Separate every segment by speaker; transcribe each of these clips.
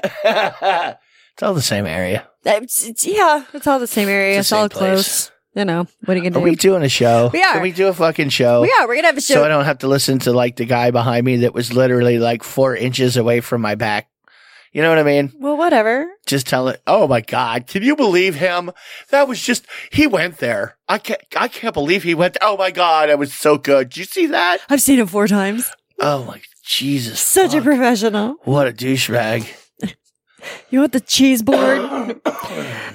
Speaker 1: it's all the same area.
Speaker 2: It's, it's- yeah, it's all the same area. It's,
Speaker 1: It's the
Speaker 2: all
Speaker 1: same place.
Speaker 2: close. You know, what are you
Speaker 1: Are
Speaker 2: gonna
Speaker 1: we
Speaker 2: do?
Speaker 1: doing a show?
Speaker 2: We are.
Speaker 1: Can we do a fucking show?
Speaker 2: We are. We're gonna have a show.
Speaker 1: So I don't have to listen to like the guy behind me that was literally like four inches away from my back. You know what I mean?
Speaker 2: well, whatever.
Speaker 1: Just tell it. Oh my God! Can you believe him? That was just he went there. I can't. I can't believe he went. Oh my God! It was so good. Did you see that?
Speaker 2: I've seen him four times.
Speaker 1: Oh my Jesus!
Speaker 2: Such a
Speaker 1: fuck.
Speaker 2: professional.
Speaker 1: what a douchebag.
Speaker 2: You want the cheese board?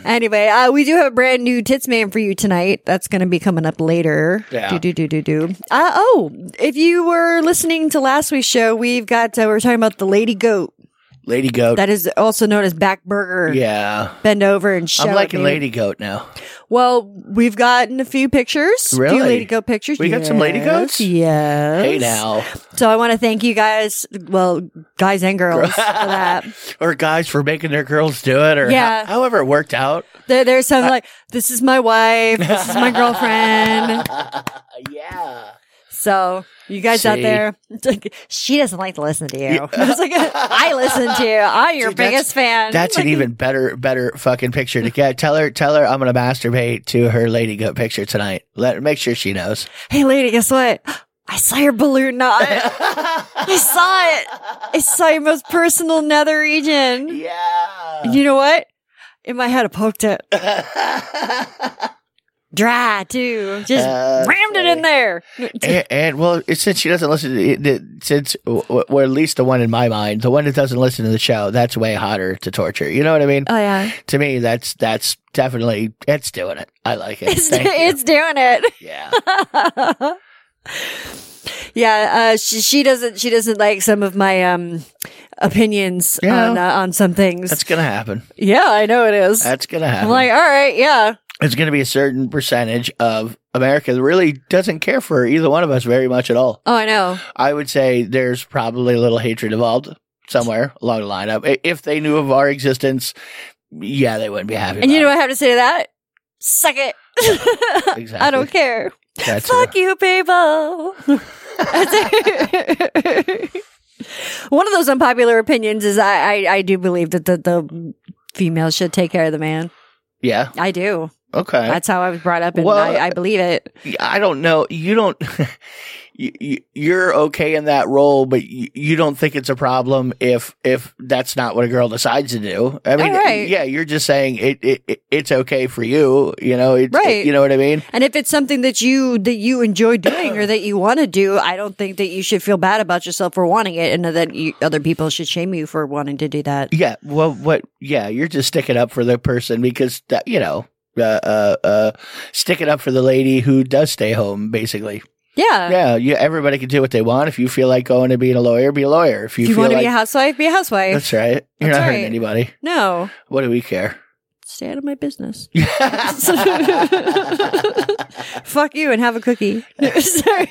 Speaker 2: anyway, uh, we do have a brand new Tits Man for you tonight. That's going to be coming up later.
Speaker 1: Yeah.
Speaker 2: Do, do, do, do, do. Uh, oh, if you were listening to last week's show, we've got, uh, we we're talking about the Lady Goat.
Speaker 1: Lady Goat.
Speaker 2: That is also known as Back Burger.
Speaker 1: yeah.
Speaker 2: Bend over and shout.
Speaker 1: I'm liking
Speaker 2: baby.
Speaker 1: Lady Goat now.
Speaker 2: Well, we've gotten a few pictures.
Speaker 1: Really?
Speaker 2: Few Lady Goat pictures.
Speaker 1: We got some Lady
Speaker 2: Yes,
Speaker 1: Goats?
Speaker 2: Yes.
Speaker 1: Hey now.
Speaker 2: So I want to thank you guys, well, guys and girls, for that.
Speaker 1: or guys for making their girls do it or ho-
Speaker 2: Yeah.
Speaker 1: however it worked out.
Speaker 2: There, there's some like, this is my wife, this is my girlfriend.
Speaker 1: yeah.
Speaker 2: So you guys out
Speaker 1: See.
Speaker 2: there, it's like, she doesn't like to listen to you. It's like, I listen to you. I'm your
Speaker 1: Dude, that's-
Speaker 2: biggest fan.
Speaker 1: That's an
Speaker 2: Like,
Speaker 1: even better better fucking picture to get. Tell her tell her I'm gonna masturbate to her lady goat picture tonight. Let make sure she knows.
Speaker 2: Hey, lady, guess what? I saw your balloon knot. I saw it. I saw your most personal nether region.
Speaker 1: Yeah.
Speaker 2: You know what? In my head, I poked it. Dry too. Just
Speaker 1: Uh,
Speaker 2: rammed it in there.
Speaker 1: and, and, well, it- since she doesn't listen, to it, it- since w- w- well, at least the one in my mind, the one that doesn't listen to the show, that's way hotter to torture. You know what I mean?
Speaker 2: Oh yeah,
Speaker 1: to me, that's that's definitely it's doing it. I like it.
Speaker 2: it's,
Speaker 1: Thank you.
Speaker 2: it's doing it.
Speaker 1: yeah.
Speaker 2: yeah, uh, she, she doesn't. She doesn't like some of my um, opinions
Speaker 1: Yeah.
Speaker 2: on uh, on some things.
Speaker 1: That's gonna happen.
Speaker 2: yeah, I know it is.
Speaker 1: That's gonna
Speaker 2: I'm
Speaker 1: happen.
Speaker 2: like, all right, yeah,
Speaker 1: it's gonna be a certain percentage of America that really doesn't care for either one of us very much at all.
Speaker 2: oh, I know.
Speaker 1: I would say there's probably a little hatred involved somewhere along the lineup. I- If they knew of our existence, yeah, they wouldn't be happy.
Speaker 2: And you know
Speaker 1: about
Speaker 2: what I have to say to that? Suck it.
Speaker 1: it. Exactly.
Speaker 2: I don't care.
Speaker 1: That's
Speaker 2: Fuck you, people. One of those unpopular opinions is I, I, I do believe that the, the female should take care of the man.
Speaker 1: yeah.
Speaker 2: I do.
Speaker 1: Okay.
Speaker 2: That's how I was brought up, and
Speaker 1: Well-
Speaker 2: I, I believe it.
Speaker 1: I don't know. You don't. you- you- You're okay in that role, but you you don't think it's a problem if if that's not what a girl decides to do. I mean,
Speaker 2: Oh, right.
Speaker 1: yeah, you're just saying it, it, it it's okay for you. You know, it's,
Speaker 2: Right.
Speaker 1: You know what I mean?
Speaker 2: And if it's something that you that you enjoy doing or that you want to do, I don't think that you should feel bad about yourself for wanting it, and that you, other people should shame you for wanting to do that.
Speaker 1: Yeah. Well, what? Yeah, you're just sticking up for the person because that you know, uh, uh, uh, sticking up for the lady who does stay home, basically.
Speaker 2: Yeah.
Speaker 1: Yeah, you, everybody can do what they want. If you feel like going to being a lawyer, be a lawyer. If you,
Speaker 2: If you
Speaker 1: feel
Speaker 2: want to
Speaker 1: like
Speaker 2: be a housewife, be a housewife.
Speaker 1: that's right, you're
Speaker 2: That's
Speaker 1: not hurting
Speaker 2: right.
Speaker 1: anybody.
Speaker 2: no.
Speaker 1: What do we care?
Speaker 2: Stay out of my business. Fuck you and have a cookie. Sorry.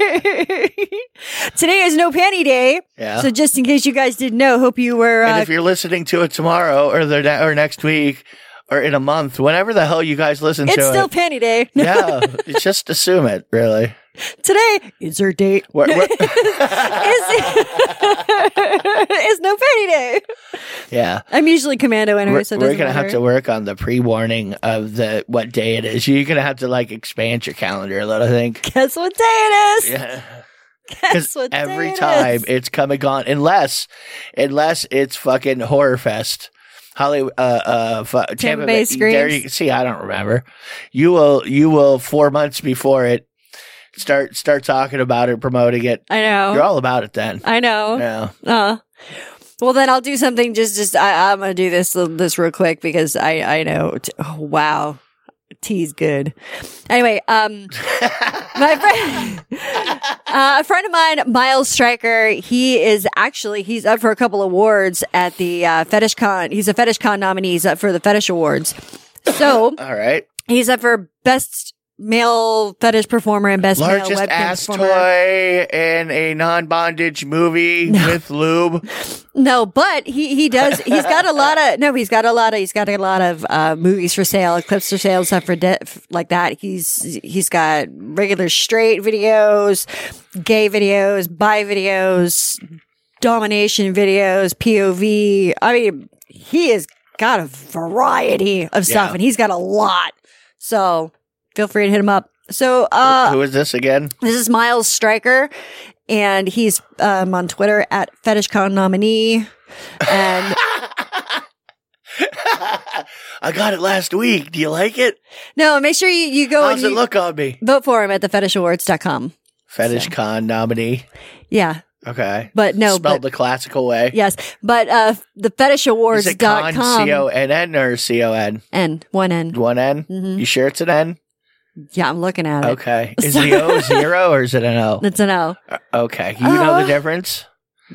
Speaker 2: Today is no panty day.
Speaker 1: Yeah.
Speaker 2: So just in case you guys didn't know, hope you were
Speaker 1: and
Speaker 2: uh,
Speaker 1: if you're listening to it tomorrow or the ne- or next week or in a month, whenever the hell you guys listen
Speaker 2: it's
Speaker 1: to
Speaker 2: still
Speaker 1: it,
Speaker 2: panty day.
Speaker 1: yeah, just assume it. Really,
Speaker 2: Today is your date.
Speaker 1: We're- we're-
Speaker 2: Is it's no panty day.
Speaker 1: yeah.
Speaker 2: I'm usually commando anyway,
Speaker 1: We're,
Speaker 2: so it
Speaker 1: we're
Speaker 2: doesn't
Speaker 1: gonna have
Speaker 2: matter.
Speaker 1: to work on the pre-warning of the what day it is. You're gonna have to like expand your calendar a little. I think.
Speaker 2: Guess what day it is?
Speaker 1: Yeah.
Speaker 2: Guess
Speaker 1: Because
Speaker 2: what day
Speaker 1: every
Speaker 2: it
Speaker 1: time
Speaker 2: is.
Speaker 1: it's come and gone, unless unless it's fucking horror fest. Hollywood, uh, uh, fu- Tampa,
Speaker 2: Bay
Speaker 1: There
Speaker 2: Screams.
Speaker 1: you, see, I don't remember. You will, you will four months before it start start talking about it, promoting it.
Speaker 2: I know.
Speaker 1: You're all about it then.
Speaker 2: I know.
Speaker 1: Yeah,
Speaker 2: Uh, well, then I'll do something. Just, just I, I'm gonna do this this real quick because I I know. T- oh, wow, tea's good. Anyway, um, my friend, uh, a friend of mine, Miles Stryker, he is actually he's up for a couple awards at the uh, Fetish Con. He's a Fetish Con nominee. He's up for the Fetish Awards. So
Speaker 1: all right.
Speaker 2: he's up for best male fetish performer and best male
Speaker 1: Largest
Speaker 2: webcam
Speaker 1: ass
Speaker 2: performer.
Speaker 1: toy in a non bondage movie with lube.
Speaker 2: No, but he he does. He's got a lot of no. He's got a lot of. He's got a lot of uh, movies for sale, clips for sale, stuff for de- f- like that. He's he's got regular straight videos, gay videos, bi videos, domination videos, POV. I mean, he has got a variety of stuff,
Speaker 1: Yeah.
Speaker 2: and he's got a lot. So feel free to hit him up. So uh,
Speaker 1: Who is this again?
Speaker 2: this is Miles Stryker, and he's um, on Twitter at FetishCon nominee. And
Speaker 1: I got it last week. Do you like it?
Speaker 2: no, make sure you, you go
Speaker 1: How's
Speaker 2: and
Speaker 1: it
Speaker 2: Oh, you
Speaker 1: look on me?
Speaker 2: vote for him at thefetishawards.com.
Speaker 1: Fetish Con nominee.
Speaker 2: Yeah,
Speaker 1: Okay.
Speaker 2: but no, but
Speaker 1: Spelled the classical way.
Speaker 2: yes, but uh,
Speaker 1: Is it con, C O
Speaker 2: thefetishawards.com
Speaker 1: N N or C O N?
Speaker 2: and one N.
Speaker 1: One N?
Speaker 2: Mm-hmm.
Speaker 1: You sure it's an N?
Speaker 2: Yeah, I'm looking at it.
Speaker 1: Okay. Is the O zero or is it an O?
Speaker 2: It's an O.
Speaker 1: Okay. You know
Speaker 2: Uh,
Speaker 1: the difference?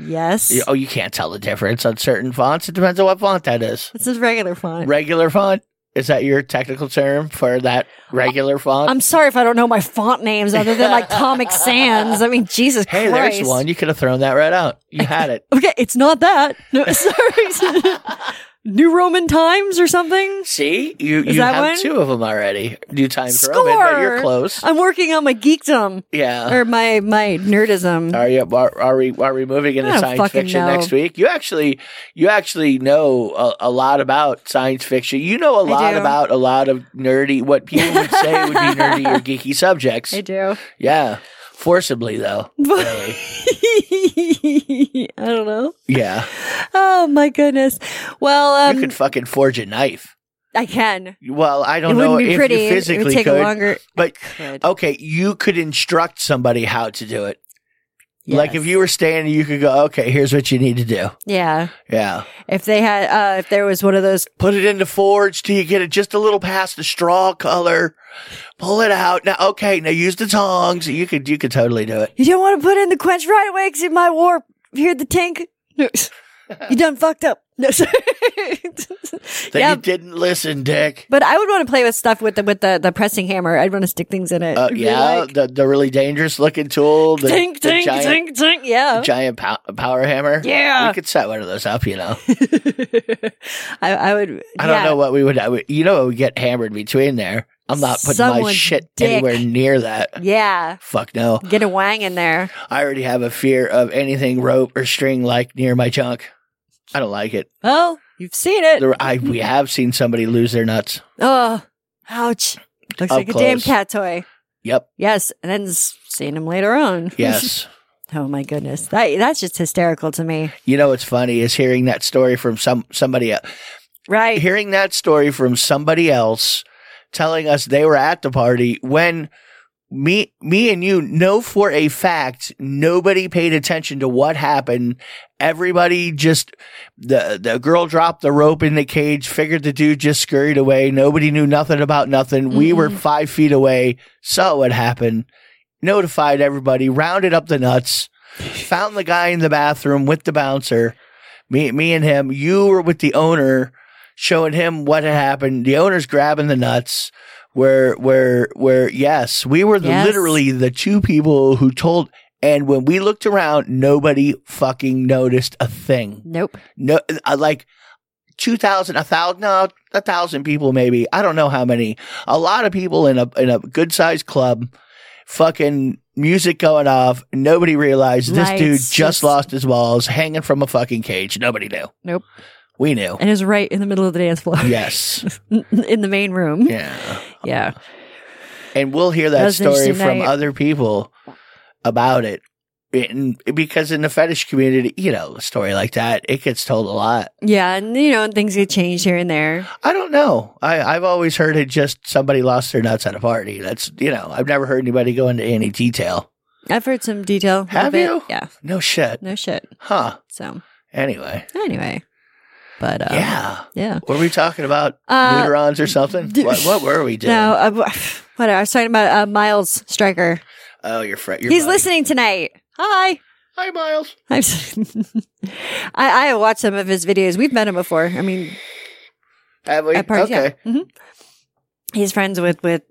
Speaker 2: Yes,
Speaker 1: You- Oh, you can't tell the difference on certain fonts. It depends on what font that is.
Speaker 2: it's a regular font.
Speaker 1: Regular font? Is that your technical term for that regular font?
Speaker 2: I'm sorry if I don't know my font names other than like Comic Sans. I mean, Jesus
Speaker 1: hey,
Speaker 2: Christ.
Speaker 1: there's one. You could have thrown that right out. You had it.
Speaker 2: Okay, it's not that. No, sorry. New Roman Times or something.
Speaker 1: See? You
Speaker 2: Is
Speaker 1: you
Speaker 2: that
Speaker 1: have
Speaker 2: one?
Speaker 1: two of them already. New Times Roman, but you're close.
Speaker 2: I'm working on my geekdom
Speaker 1: yeah.
Speaker 2: or my my nerdism.
Speaker 1: Are you are, are we are we moving
Speaker 2: I
Speaker 1: into
Speaker 2: don't
Speaker 1: science
Speaker 2: fucking
Speaker 1: fiction
Speaker 2: know.
Speaker 1: next week? You actually you actually know a, a lot about science fiction. You know a lot
Speaker 2: do.
Speaker 1: about a lot of nerdy what people would say would be nerdy or geeky subjects.
Speaker 2: I do.
Speaker 1: Yeah, forcibly though. really.
Speaker 2: I don't know.
Speaker 1: Yeah,
Speaker 2: Oh my goodness. Well,
Speaker 1: you
Speaker 2: um,
Speaker 1: could fucking forge a knife.
Speaker 2: I can.
Speaker 1: Well, I
Speaker 2: It
Speaker 1: don't know
Speaker 2: wouldn't
Speaker 1: if
Speaker 2: be
Speaker 1: you
Speaker 2: pretty. It-
Speaker 1: physically
Speaker 2: it would take
Speaker 1: could,
Speaker 2: a longer.
Speaker 1: but oh.
Speaker 2: Could.
Speaker 1: okay, you could instruct somebody how to do it. Like
Speaker 2: Yes.
Speaker 1: if you were standing, you could go, okay, here's what you need to do.
Speaker 2: Yeah.
Speaker 1: Yeah.
Speaker 2: If they had, uh, if there was one of those.
Speaker 1: Put it into forge till you get it just a little past the straw color. Pull it out. Now okay, now use the tongs. You could you could totally do it.
Speaker 2: You don't want to put in the quench right away because it might warp. You hear the tank. No. You done fucked up. No, sorry.
Speaker 1: That
Speaker 2: yeah,
Speaker 1: you didn't listen, Dick.
Speaker 2: But I would want to play with stuff with the with the, the pressing hammer. I'd want to stick things in it.
Speaker 1: Uh,
Speaker 2: It'd be
Speaker 1: yeah,
Speaker 2: like,
Speaker 1: the the really dangerous looking tool. The,
Speaker 2: tink,
Speaker 1: the
Speaker 2: tink,
Speaker 1: giant,
Speaker 2: tink, tink. Yeah.
Speaker 1: giant pow- power hammer.
Speaker 2: Yeah.
Speaker 1: we could set one of those up. You know,
Speaker 2: I, I would.
Speaker 1: I don't
Speaker 2: yeah.
Speaker 1: know what we would. I would you know, what would get hammered between there. I'm not putting my
Speaker 2: Someone's
Speaker 1: shit
Speaker 2: dick.
Speaker 1: anywhere near that.
Speaker 2: Yeah.
Speaker 1: Fuck no.
Speaker 2: Get a wang in there.
Speaker 1: I already have a fear of anything rope or string like near my junk. I don't like it.
Speaker 2: Oh, you've seen it.
Speaker 1: There, I we have seen somebody lose their nuts.
Speaker 2: Oh, ouch. Looks
Speaker 1: Up
Speaker 2: like a damn
Speaker 1: close.
Speaker 2: cat toy.
Speaker 1: Yep.
Speaker 2: Yes, and then s- seeing him later on.
Speaker 1: Yes.
Speaker 2: oh my goodness, that that's just hysterical to me.
Speaker 1: you know what's funny is hearing that story from some somebody else.
Speaker 2: Right.
Speaker 1: Hearing that story from somebody else telling us they were at the party when me me and you know for a fact nobody paid attention to what happened. Everybody just the the girl dropped the rope in the cage, figured the dude just scurried away. Nobody knew nothing about nothing. We were five feet away, saw what happened. notified everybody, rounded up the nuts, found the guy in the bathroom with the bouncer. Me, me and him. You were with the owner, showing him what had happened. The owner's grabbing the nuts. Where, where, where? Yes, we were the,
Speaker 2: Yes.
Speaker 1: literally the two people who told. And when we looked around, nobody fucking noticed a thing
Speaker 2: Nope.
Speaker 1: no uh, like 2000 a thousand no a thousand people maybe i don't know how many a lot of people in a in a good sized club fucking music going off nobody realized this
Speaker 2: Lights,
Speaker 1: dude just,
Speaker 2: just-
Speaker 1: lost his balls hanging from a fucking cage nobody knew
Speaker 2: Nope.
Speaker 1: we knew
Speaker 2: And it was right in the middle of the dance floor.
Speaker 1: yes
Speaker 2: in the main room. Yeah.
Speaker 1: yeah and we'll hear that,
Speaker 2: That was an
Speaker 1: story
Speaker 2: interesting
Speaker 1: from
Speaker 2: night.
Speaker 1: other people about it and because in the fetish community you know a story like that it gets told a lot
Speaker 2: Yeah. And, you know, and things get changed here and there.
Speaker 1: I don't know. I, I've always heard it just somebody lost their nuts at a party. That's you know, I've never heard anybody go into any detail.
Speaker 2: I've heard some detail. of
Speaker 1: Have
Speaker 2: it.
Speaker 1: you?
Speaker 2: Yeah.
Speaker 1: No shit.
Speaker 2: No shit.
Speaker 1: Huh.
Speaker 2: So,
Speaker 1: Anyway.
Speaker 2: anyway. But, uh,
Speaker 1: yeah.
Speaker 2: Yeah.
Speaker 1: Were we talking about
Speaker 2: Uh,
Speaker 1: neutrons or something?
Speaker 2: d-
Speaker 1: what, what were we doing?
Speaker 2: No, uh, what I was talking about uh, Miles Stryker.
Speaker 1: Oh, your friend.
Speaker 2: He's listening tonight. Hi.
Speaker 1: Hi, Miles.
Speaker 2: I'm s- I, I have watched some of his videos. We've met him before. I mean,
Speaker 1: Have we?
Speaker 2: at parties.
Speaker 1: okay.
Speaker 2: Yeah. Mhm. He's friends with with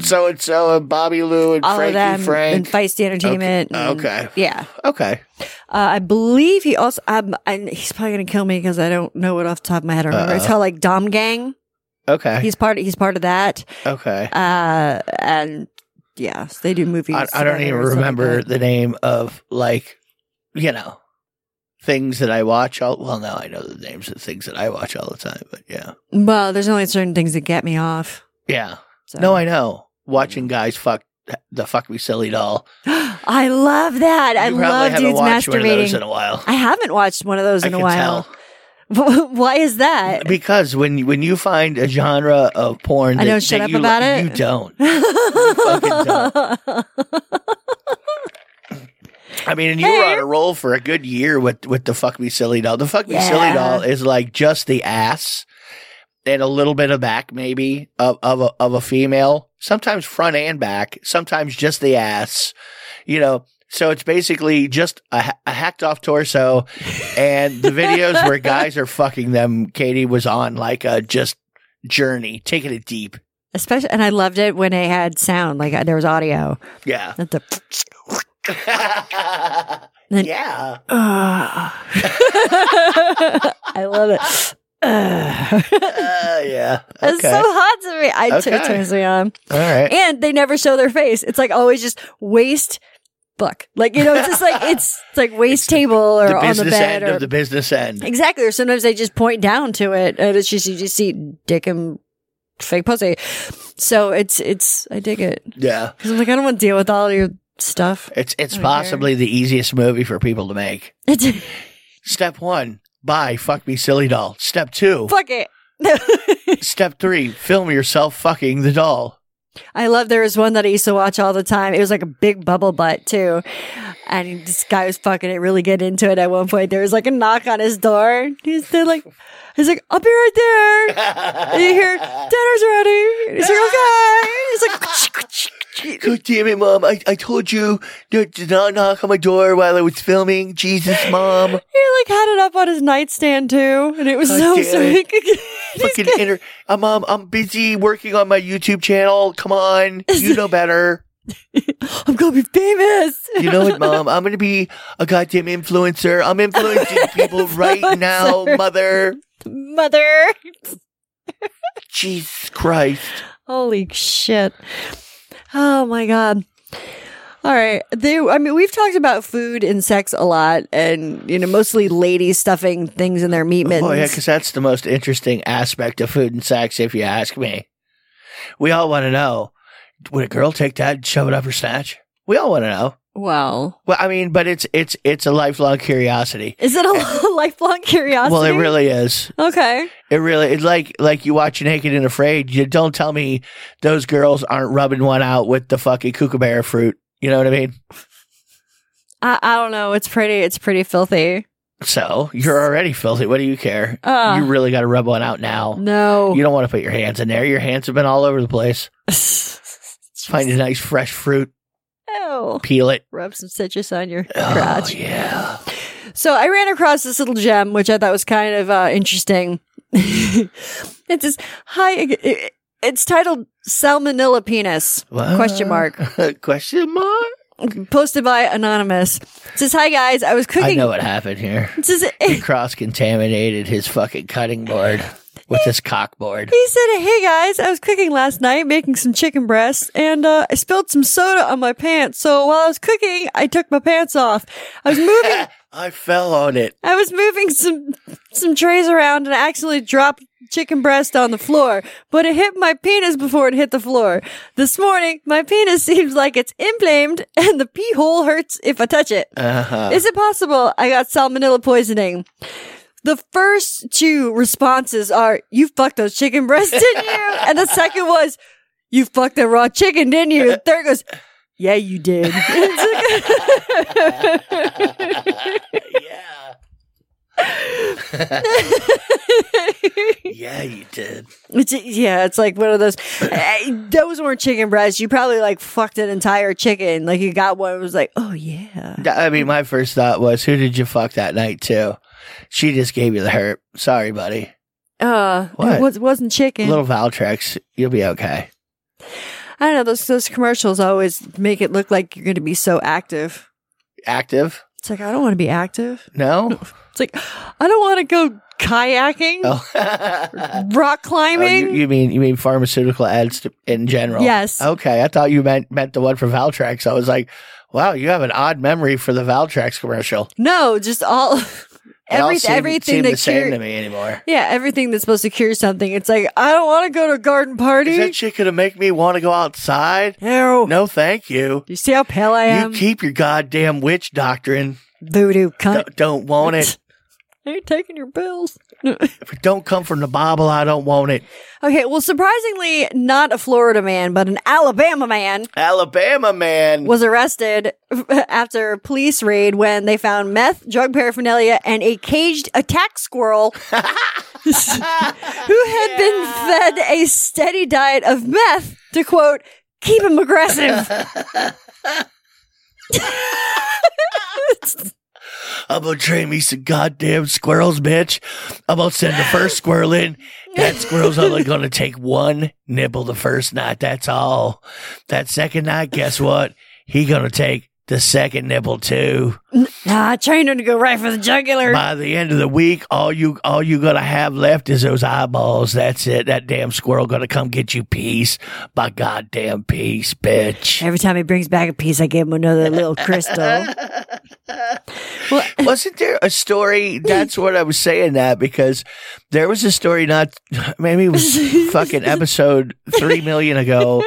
Speaker 1: So and so and Bobby Lou and
Speaker 2: all
Speaker 1: Frankie
Speaker 2: of them
Speaker 1: Frank.
Speaker 2: and Feisty Entertainment. and-
Speaker 1: Okay.
Speaker 2: yeah,
Speaker 1: okay.
Speaker 2: uh, I believe he also. Um, and he's probably gonna kill me because I don't know it off the top of my head. I remember it's
Speaker 1: Uh-oh.
Speaker 2: called like Dom Gang.
Speaker 1: Okay.
Speaker 2: He's part. He's part of that.
Speaker 1: okay.
Speaker 2: Uh, and yeah, so they do movies.
Speaker 1: I, I don't
Speaker 2: together
Speaker 1: even
Speaker 2: or something like
Speaker 1: remember
Speaker 2: that.
Speaker 1: the name of like, you know, things that I watch. All well, now I know the names of things that I watch all the time. But yeah,
Speaker 2: Well, there's only certain things that get me off.
Speaker 1: yeah.
Speaker 2: So.
Speaker 1: No, I know watching guys fuck the fuck me silly doll.
Speaker 2: I love that. I
Speaker 1: You probably
Speaker 2: love
Speaker 1: haven't
Speaker 2: dudes
Speaker 1: watched one of those in
Speaker 2: masturbating.
Speaker 1: a while.
Speaker 2: I haven't watched one of those
Speaker 1: I
Speaker 2: in a
Speaker 1: can
Speaker 2: while.
Speaker 1: tell.
Speaker 2: Why is that?
Speaker 1: Because when when you find a genre of porn,
Speaker 2: I
Speaker 1: that,
Speaker 2: don't shut
Speaker 1: that
Speaker 2: up
Speaker 1: you, li-
Speaker 2: about it.
Speaker 1: You don't. I mean, and you were on a roll for a good year with with the fuck me silly doll. The fuck me silly
Speaker 2: Yeah.
Speaker 1: doll is like just the ass and a little bit of back, maybe of of a, of a female. Sometimes front and back. Sometimes just the ass. You know. So it's basically just a, ha- a hacked off torso, and the videos where guys are fucking them. Katie was on like a just journey, taking it deep.
Speaker 2: Especially, and I loved it when it had sound, like uh, there was audio.
Speaker 1: Yeah.
Speaker 2: Not the, Then-
Speaker 1: yeah. Uh,
Speaker 2: I love it. Ugh.
Speaker 1: Uh, yeah. Okay.
Speaker 2: It's so hot to me. I
Speaker 1: Okay.
Speaker 2: it turns me on.
Speaker 1: All right.
Speaker 2: And they never show their face. It's like always just waist, buck. Like you know, it's just like it's, it's like waist table or
Speaker 1: the
Speaker 2: on
Speaker 1: business
Speaker 2: the bed
Speaker 1: end
Speaker 2: or
Speaker 1: of the business end.
Speaker 2: Exactly. Or sometimes they just point down to it, and it's just you just see dick and fake pussy. So it's it's I dig it
Speaker 1: Yeah,
Speaker 2: because I'm like I don't want to deal with all your stuff.
Speaker 1: it's it's
Speaker 2: Okay.
Speaker 1: possibly the easiest movie for people to make.
Speaker 2: It's,
Speaker 1: Step one: buy fuck me silly doll. Step two:
Speaker 2: fuck it.
Speaker 1: step three: film yourself fucking the doll.
Speaker 2: I love there was one that I used to watch all the time. It was like a big bubble butt too, and this guy was fucking it really good into it. At one point, there was like a knock on his door. He's there like, he's like, I'll be right there. And you hear dinner's ready. He's like, okay. He's like.
Speaker 1: God damn it, mom! I, I told you not to not knock on my door while I was filming. Jesus, mom!
Speaker 2: He like had it up on his nightstand too, and it was
Speaker 1: God
Speaker 2: so
Speaker 1: damn
Speaker 2: sweet.
Speaker 1: Fucking inter- uh, mom, I'm busy working on my YouTube channel. Come on, you know better.
Speaker 2: I'm gonna be famous.
Speaker 1: You know what, mom? I'm gonna be a goddamn influencer. I'm influencing people right now, mother.
Speaker 2: Mother.
Speaker 1: Jesus Christ.
Speaker 2: Holy shit. Oh my god. All right. They I mean we've talked about food and sex a lot and you know, mostly ladies stuffing things in their meat mittens.
Speaker 1: Oh, yeah, because that's the most interesting aspect of food and sex, if you ask me. We all want to know would a girl take that and shove it up her snatch? We all want to know.
Speaker 2: well.
Speaker 1: Well, I mean, but it's it's it's a lifelong curiosity.
Speaker 2: Is it a lifelong curiosity?
Speaker 1: Well, it really is.
Speaker 2: Okay.
Speaker 1: It really it's like like you watch Naked and Afraid. You don't tell me those girls aren't rubbing one out with the fucking kookaburra fruit. You know what I mean?
Speaker 2: I, I don't know. It's pretty it's pretty filthy.
Speaker 1: So you're already filthy. What do you care?
Speaker 2: Uh.
Speaker 1: you really got to rub one out now.
Speaker 2: No.
Speaker 1: You don't want to put your hands in there. Your hands have been all over the place.
Speaker 2: Jeez.
Speaker 1: Find a nice fresh fruit.
Speaker 2: Oh.
Speaker 1: Peel it.
Speaker 2: Rub some citrus on your crotch.
Speaker 1: Yeah.
Speaker 2: So I ran across this little gem, which I thought was kind of uh, interesting. it says, "Hi." it- It's titled "Salmonella Penis?" Question mark.
Speaker 1: Question mark.
Speaker 2: Posted by anonymous. It says, "Hi guys, I was
Speaker 1: I
Speaker 2: cooking."
Speaker 1: know what happened here.
Speaker 2: It says,
Speaker 1: He cross contaminated his fucking cutting board with his cock board.
Speaker 2: He said, "Hey guys, I was cooking last night, making some chicken breasts, and uh, I spilled some soda on my pants. So while I was cooking, I took my pants off. I was moving,
Speaker 1: I fell on it.
Speaker 2: I was moving some some trays around, and I accidentally dropped chicken breast on the floor. But it hit my penis before it hit the floor. This morning, my penis seems like it's inflamed, and the pee hole hurts if I touch it.
Speaker 1: Uh-huh.
Speaker 2: Is it possible I got salmonella poisoning? The first two responses are, you fucked those chicken breasts, didn't you? And the second was, you fucked the raw chicken, didn't you? The third goes, yeah, you did.
Speaker 1: yeah. yeah, you did.
Speaker 2: It's, yeah, it's like one of those. eh, those weren't chicken breasts. You probably like fucked an entire chicken. Like you got one. It was like, oh yeah.
Speaker 1: I mean, my first thought was, who did you fuck that night to? She just gave you the herp. Sorry, buddy.
Speaker 2: Uh,
Speaker 1: What?
Speaker 2: it was, wasn't chicken.
Speaker 1: Little Valtrex, you'll be okay.
Speaker 2: I don't know. Those those commercials always make it look like you're going to be so active.
Speaker 1: Active?
Speaker 2: It's like I don't want to be active.
Speaker 1: No.
Speaker 2: It's like I don't want to go kayaking,
Speaker 1: Oh.
Speaker 2: rock
Speaker 1: Oh,
Speaker 2: climbing.
Speaker 1: you, you mean you mean pharmaceutical ads to, in general?
Speaker 2: Yes.
Speaker 1: Okay, I thought you meant meant the one for Valtrex. I was like, wow, you have an odd memory for the Valtrex commercial.
Speaker 2: no, just all
Speaker 1: They all
Speaker 2: every,
Speaker 1: seem-
Speaker 2: everything
Speaker 1: seem
Speaker 2: that
Speaker 1: the same to
Speaker 2: cure,
Speaker 1: me anymore.
Speaker 2: yeah, everything that's supposed to cure something. It's like I don't want to go to a garden
Speaker 1: Is
Speaker 2: party.
Speaker 1: that shit gonna make me want to go outside?
Speaker 2: no.
Speaker 1: No, thank you.
Speaker 2: You see how pale I am?
Speaker 1: You keep your goddamn witch doctrine.
Speaker 2: Voodoo
Speaker 1: D-
Speaker 2: cunt.
Speaker 1: don't want it.
Speaker 2: You're taking your pills.
Speaker 1: If it don't come from the Bible, I don't want it.
Speaker 2: Okay, well, surprisingly, not a Florida man, but an Alabama man
Speaker 1: Alabama man.
Speaker 2: was arrested after a police raid when they found meth, drug paraphernalia, and a caged attack squirrel who had been fed a steady diet of meth to quote, keep him aggressive.
Speaker 1: I'm gonna train me some goddamn squirrels, bitch. I'm gonna send the first squirrel in. That squirrel's only gonna take one nibble the first night. That's all. That second night, guess what? He gonna take the second nibble too.
Speaker 2: nah, I trained him to go right for the jugular.
Speaker 1: By the end of the week, all you all you gonna have left is those eyeballs. That's it. That damn squirrel gonna come get you peace. By goddamn peace, bitch.
Speaker 2: Every time he brings back a piece, I give him another little crystal.
Speaker 1: Wasn't there a story? That's what I was saying that because there was a story not maybe it was fucking episode three million ago,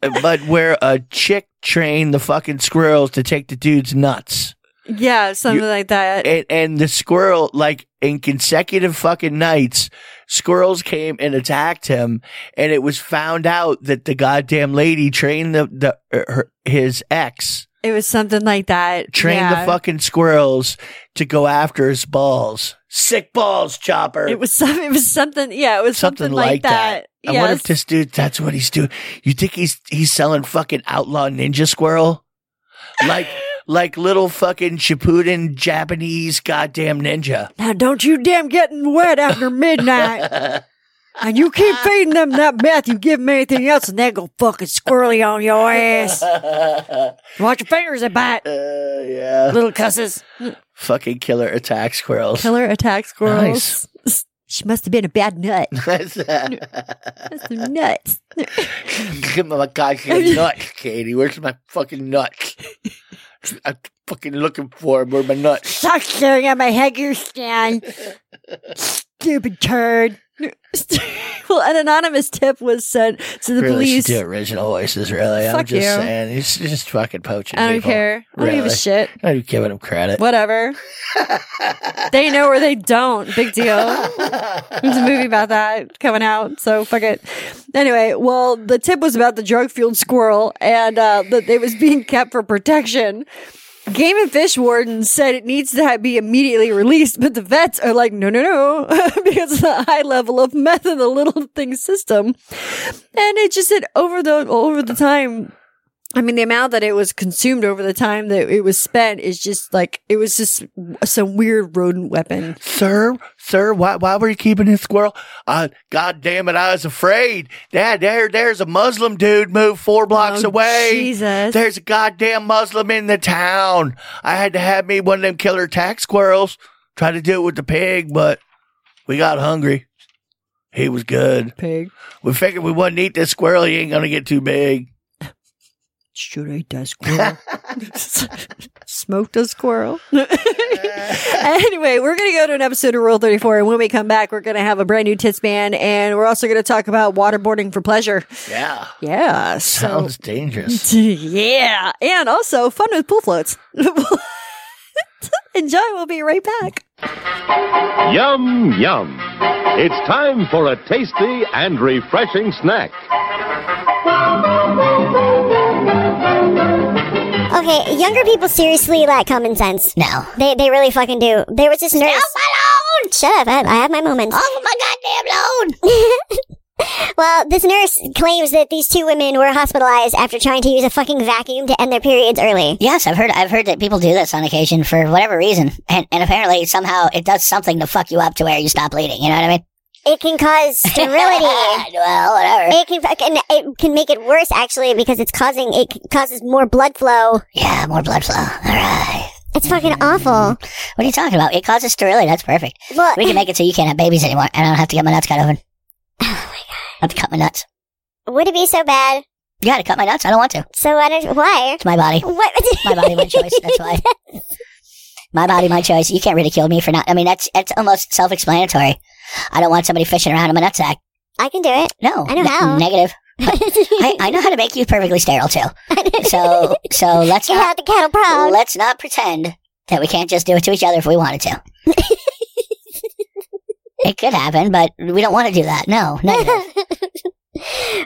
Speaker 1: but where a chick trained the fucking squirrels to take the dude's nuts,
Speaker 2: yeah, something like that.
Speaker 1: and and the squirrel like in consecutive fucking nights, squirrels came and attacked him, and it was found out that the goddamn lady trained the the er, her, his ex.
Speaker 2: It was something like that.
Speaker 1: Train
Speaker 2: Yeah.
Speaker 1: the fucking squirrels to go after his balls. Sick balls, Chopper.
Speaker 2: It was some. It was something. Yeah, it was something,
Speaker 1: something, like that.
Speaker 2: Yes.
Speaker 1: I wonder if this dude, that's what he's doing. You think he's he's selling fucking outlaw ninja squirrel? Like like little fucking Shippuden Japanese goddamn ninja.
Speaker 2: now don't you damn getting wet after midnight. And you keep feeding them that meth, you give them anything else, and they go fucking squirrely on your ass. Watch your fingers, they bite.
Speaker 1: Uh, yeah.
Speaker 2: Little cusses.
Speaker 1: Fucking killer attack squirrels.
Speaker 2: Killer attack squirrels. She must have been a bad nut. That's nuts.
Speaker 1: uh, Give me my goddamn nuts, Katie. Where's my fucking nuts? I'm fucking looking for 'em. Where my nuts?
Speaker 2: Stop staring at my headgear stand. Stupid turd. well, an anonymous tip was sent to the
Speaker 1: really
Speaker 2: police.
Speaker 1: should do original voices, really. I'm
Speaker 2: Fuck
Speaker 1: just
Speaker 2: you.
Speaker 1: saying. He's just fucking poaching
Speaker 2: I don't
Speaker 1: people.
Speaker 2: care. I don't give a
Speaker 1: Really.
Speaker 2: shit.
Speaker 1: I'm not giving him credit.
Speaker 2: Whatever. they know or they don't. Big deal. There's a movie about that coming out, so fuck it. Anyway, well, the tip was about the drug fueled squirrel and uh, that it was being kept for protection. Game and Fish Warden said it needs to ha- be immediately released, but the vets are like, no, no, no, because of the high level of meth in the little thing system. And it just said over the over the time, I mean, the amount that it was consumed over the time that it was spent is just like it was just some weird rodent weapon.
Speaker 1: Sir, sir, why, why were you keeping this squirrel? Uh, God damn it, I was afraid. Dad, there, there's a Muslim dude moved four blocks
Speaker 2: Oh,
Speaker 1: away.
Speaker 2: Jesus.
Speaker 1: There's a goddamn Muslim in the town. I had to have me one of them killer tax squirrels. Tried to do it with the pig, but we got hungry. He was good.
Speaker 2: Pig
Speaker 1: We figured we wouldn't eat this squirrel. He ain't gonna get too big.
Speaker 2: should eat that squirrel. Smoked a squirrel. anyway, we're gonna go to an episode of Rule Thirty Four, and when we come back, we're gonna have a brand new tits man, and we're also gonna talk about waterboarding for pleasure.
Speaker 1: Yeah.
Speaker 2: Yeah. So.
Speaker 1: Sounds dangerous.
Speaker 2: Yeah, and also fun with pool floats. Enjoy. We'll be right back.
Speaker 3: Yum, yum. It's time for a tasty and refreshing snack.
Speaker 4: Okay, younger people seriously lack common sense. No. They, they really fucking do. There was this nurse. Shut up, I, I have my moments. Off my goddamn load! well, this nurse claims that these two women were hospitalized after trying to use a fucking vacuum to end their periods early.
Speaker 5: Yes, I've heard I've heard that people do this on occasion for whatever reason, and and apparently somehow it does something to fuck you up to where you stop bleeding. You know what I mean?
Speaker 4: It can cause sterility.
Speaker 5: well, whatever.
Speaker 4: It can fucking, it can make it worse actually because it's causing it causes more blood flow.
Speaker 5: Yeah, more blood flow. All right.
Speaker 4: It's fucking
Speaker 5: Mm.
Speaker 4: awful.
Speaker 5: What are you talking about? It causes sterility. That's perfect.
Speaker 4: Well,
Speaker 5: We can make it so you can't have babies anymore, and I don't have to get my nuts cut open. I have to cut my nuts.
Speaker 4: would it be so bad?
Speaker 5: You got to cut my nuts. I don't want to.
Speaker 4: So I don't why?
Speaker 5: It's my body.
Speaker 4: What?
Speaker 5: My body, my choice. That's why. My body, my choice. You can't ridicule me for not. I mean, that's that's almost self-explanatory. I don't want somebody fishing around in my nutsack.
Speaker 4: I can do it.
Speaker 5: No,
Speaker 4: I know how.
Speaker 5: Negative. I, I know how to make you perfectly sterile too. So so let's
Speaker 4: Get
Speaker 5: not
Speaker 4: out the cattle prod.
Speaker 5: let's not pretend that we can't just do it to each other if we wanted to. it could happen, but we don't want to do that. No, negative.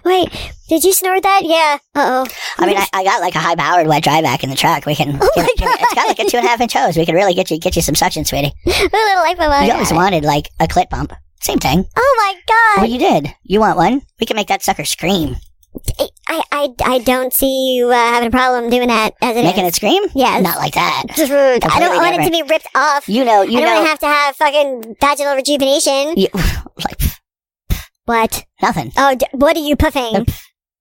Speaker 4: Wait, did you snort that? Yeah. Uh oh.
Speaker 5: I mean, I, I got like a high-powered wet dry back in the truck. We can.
Speaker 4: my
Speaker 5: can- can- it's got like a two and a half inch hose. We can really get you get you some suction, sweetie.
Speaker 4: A little life of mine.
Speaker 5: you always wanted like a clit bump. Same thing.
Speaker 4: Oh my
Speaker 5: Well,
Speaker 4: god.
Speaker 5: you did. You want one? We can make that sucker scream.
Speaker 4: I, I, I don't see you uh, having a problem doing that as it
Speaker 5: Making
Speaker 4: is.
Speaker 5: it scream?
Speaker 4: Yes.
Speaker 5: Not like that.
Speaker 4: Just rude. I don't
Speaker 5: Completely
Speaker 4: want it to be ripped off.
Speaker 5: You know. You
Speaker 4: I don't
Speaker 5: know.
Speaker 4: want to have to have fucking vaginal rejuvenation.
Speaker 5: You, like pff,
Speaker 4: What?
Speaker 5: nothing,
Speaker 4: Oh, d- what are you puffing?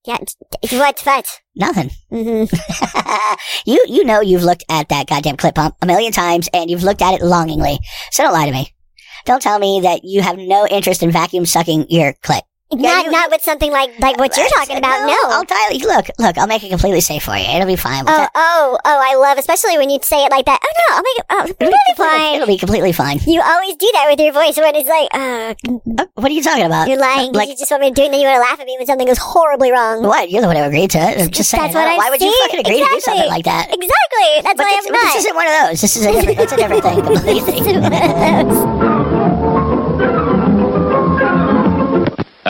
Speaker 4: yeah, d- d- what? What?
Speaker 5: nothing.
Speaker 4: hmm
Speaker 5: Mm-hmm. you you know you've looked at that goddamn clip pump a million times and you've looked at it longingly. So don't lie to me. Don't tell me that you have no interest in vacuum sucking your clit.
Speaker 4: not not with something like like what you're talking about. No.
Speaker 5: I'll tell you. Look, look, I'll make it completely safe for you. It'll be fine. We'll
Speaker 4: oh oh oh! I love, especially when you say it like that. Oh no! I'll make it. Oh, it'll
Speaker 5: it'll,
Speaker 4: be
Speaker 5: be completely-
Speaker 4: fine.
Speaker 5: it'll be completely fine.
Speaker 4: You always do that with your voice when it's like, oh,
Speaker 5: Uh, What are you talking about?
Speaker 4: you're lying. 'cause
Speaker 5: like-
Speaker 4: you just want me to do it, and then you want to laugh at me when something goes horribly wrong.
Speaker 5: What? You're the one who agreed to it. I'm just saying.
Speaker 4: That's what
Speaker 5: why
Speaker 4: I'm
Speaker 5: would you
Speaker 4: saying.
Speaker 5: fucking agree to do
Speaker 4: Exactly.
Speaker 5: something like that?
Speaker 4: Exactly. That's
Speaker 5: But
Speaker 4: why
Speaker 5: this,
Speaker 4: I'm
Speaker 5: but this
Speaker 4: not.
Speaker 5: isn't one of those. This is a different. That's a different thing completely.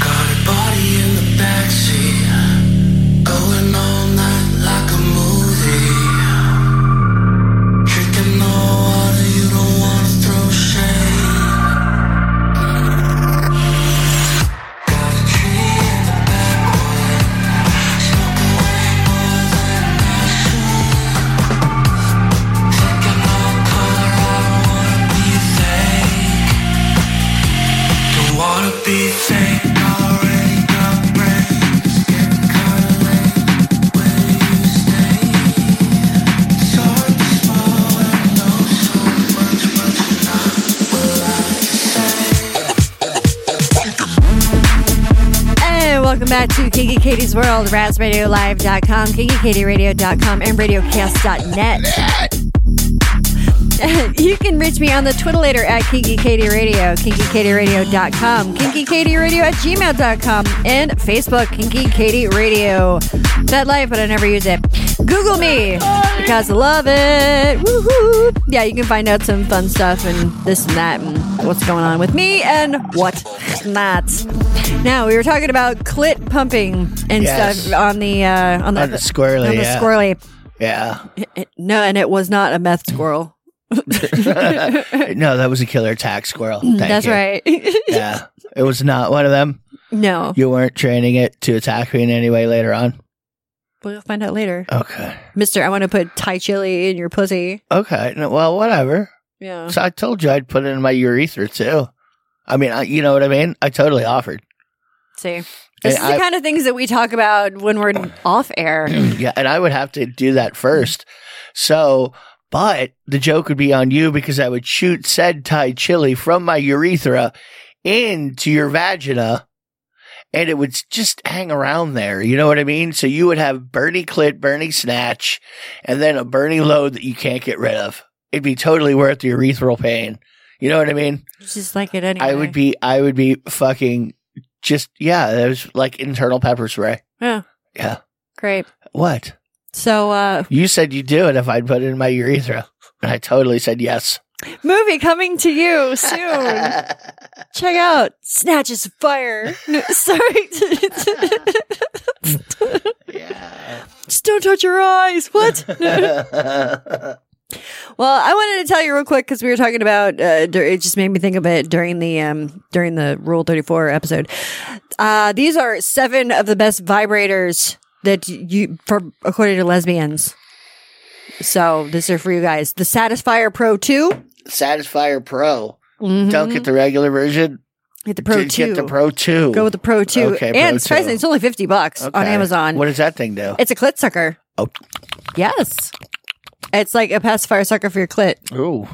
Speaker 6: Got a body in the backseat, going all night like a movie. Drinking no water, you don't wanna throw shade. Got a tree in the backwood, smoking way more than I should. Thinking all color, I don't wanna be fake. Don't wanna be fake. already got brains. Getting kinda late. Will you stay? Sorry, small, I know so much, but you're not what I say.
Speaker 2: And welcome back to Kinky Katie's World, RazRadioLive.com, KinkyKatieRadio.com, and RadioCast.net. you can reach me on the Twitter later at Kinky Katie Radio, KinkyKatieRadio.com, KinkyKatieRadio at gmail.com, and Facebook, Kinky Katie Radio. That life, but I never use it. Google me because I love it. Woohoo! Yeah, you can find out some fun stuff and this and that and what's going on with me and what not. Now we were talking about clit pumping and
Speaker 1: Yes.
Speaker 2: stuff on the uh, on the,
Speaker 1: On the squirrely,
Speaker 2: on the
Speaker 1: yeah.
Speaker 2: squirrely.
Speaker 1: Yeah.
Speaker 2: No, and it was not a meth squirrel.
Speaker 1: No, that was a killer attack squirrel. Thank
Speaker 2: Mm, That's
Speaker 1: you.
Speaker 2: right.
Speaker 1: Yeah. It was not one of them.
Speaker 2: no,
Speaker 1: You weren't training it to attack me in any way later on.
Speaker 2: we'll find out later,
Speaker 1: Okay.
Speaker 2: Mister. I want to put Thai chili in your pussy.
Speaker 1: Okay. No, well, whatever.
Speaker 2: Yeah.
Speaker 1: So I told you I'd put it in my urethra too. I mean, I, you know what I mean? I totally offered.
Speaker 2: See, this is
Speaker 1: I-
Speaker 2: the kind of things that we talk about when we're off air.
Speaker 1: Yeah, and I would have to do that first. So, but the joke would be on you because I would shoot said Thai chili from my urethra into your vagina and it would s- just hang around there. You know what I mean? So you would have Bernie clit, Bernie snatch, and then a Bernie load that you can't get rid of. It'd be totally worth the urethral pain. You know what I mean?
Speaker 2: It's just like it anyway.
Speaker 1: I would be, I would be fucking just, yeah, it was like internal pepper spray.
Speaker 2: Yeah,
Speaker 1: Yeah.
Speaker 2: great.
Speaker 1: What?
Speaker 2: So, uh,
Speaker 1: You said you'd do it if I'd put it in my urethra. And I totally said yes.
Speaker 2: movie coming to you soon. Check out Snatches of Fire. No, sorry. Just don't touch your eyes. What? Well, I wanted to tell you real quick because we were talking about. Uh, dur- it just made me think of it during the um, during the Rule Thirty Four episode. Uh, these are seven of the best vibrators that you, for according to lesbians. So these are for you guys. The Satisfier Pro Two.
Speaker 1: Satisfier Pro. Don't get the regular version.
Speaker 2: Get the Mm-hmm. Pro
Speaker 1: Just
Speaker 2: Two.
Speaker 1: Get the Pro 2.
Speaker 2: Go with the Pro Two.
Speaker 1: Okay, Pro
Speaker 2: and it's,
Speaker 1: 2.
Speaker 2: pricey. it's only fifty bucks on
Speaker 1: Okay.
Speaker 2: Amazon.
Speaker 1: What does that thing do?
Speaker 2: It's a clit sucker.
Speaker 1: Oh.
Speaker 2: Yes. It's like a pacifier sucker for your clit.
Speaker 1: Ooh.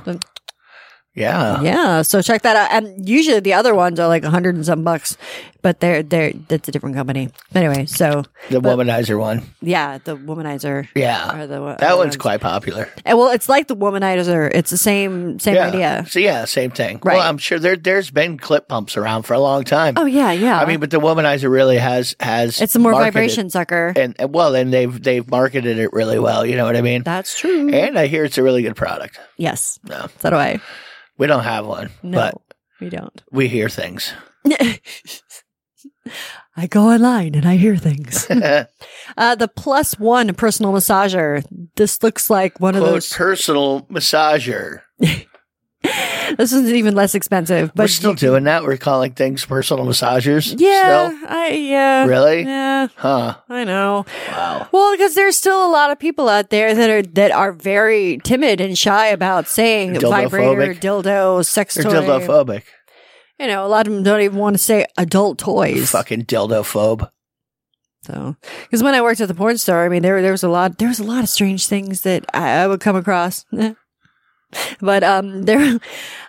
Speaker 1: Yeah.
Speaker 2: Yeah, so check that out. And usually the other ones are like a hundred and some bucks, but they're they're that's a different company. But anyway, so
Speaker 1: The womanizer one.
Speaker 2: yeah, the womanizer.
Speaker 1: Yeah.
Speaker 2: Are the, are
Speaker 1: that
Speaker 2: the
Speaker 1: one's quite popular.
Speaker 2: And, well, it's like the womanizer. It's the same same
Speaker 1: yeah.
Speaker 2: idea.
Speaker 1: So yeah, same thing.
Speaker 2: Right.
Speaker 1: Well, I'm sure there there's been clip pumps around for a long time.
Speaker 2: Oh yeah, yeah.
Speaker 1: I mean, but the womanizer really has has
Speaker 2: it's a more
Speaker 1: marketed-
Speaker 2: vibration sucker.
Speaker 1: And, and well, and they've they've marketed it really well. You know what I mean?
Speaker 2: that's true.
Speaker 1: And I hear it's a really good product.
Speaker 2: yes.
Speaker 1: No.
Speaker 2: So do I.
Speaker 1: We don't have one,
Speaker 2: No,
Speaker 1: but
Speaker 2: we don't.
Speaker 1: we hear things.
Speaker 2: I go online and I hear things. uh, the plus one personal massager. This looks like one of
Speaker 1: Quote,
Speaker 2: those.
Speaker 1: personal massager.
Speaker 2: This is even less expensive, but
Speaker 1: We're still doing that. We're calling things personal massagers.
Speaker 2: yeah,
Speaker 1: Still?
Speaker 2: I yeah,
Speaker 1: Really?
Speaker 2: yeah.
Speaker 1: Huh.
Speaker 2: I know. Wow. Well, because there's still a lot of people out there that are that are very timid and shy about saying vibrator,
Speaker 1: Dildophobic.
Speaker 2: dildo, sex
Speaker 1: You're
Speaker 2: toy.
Speaker 1: dildophobic.
Speaker 2: You know, a lot of them don't even want to say adult toys.
Speaker 1: Fucking dildophobe.
Speaker 2: So, because when I worked at the porn store, I mean, there there was a lot there was a lot of strange things that I, I would come across. but um, there,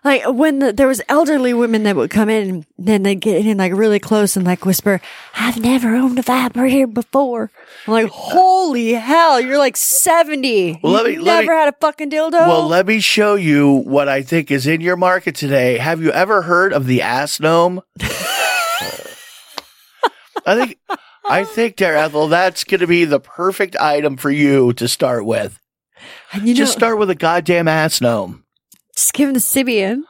Speaker 2: like when the, there was elderly women that would come in, then they get in like really close and like whisper, "I've never owned a vibrator before." I'm like, "Holy hell! You're like seventy.
Speaker 1: Well, let
Speaker 2: You've
Speaker 1: me- let
Speaker 2: never
Speaker 1: me-
Speaker 2: had a fucking dildo."
Speaker 1: Well, let me show you what I think is in your market today. Have you ever heard of the ass gnome? I think I think Daredevil, that's gonna be the perfect item for you to start with.
Speaker 2: and you
Speaker 1: Just
Speaker 2: know,
Speaker 1: start with a goddamn ass gnome.
Speaker 2: just give him the Sibian.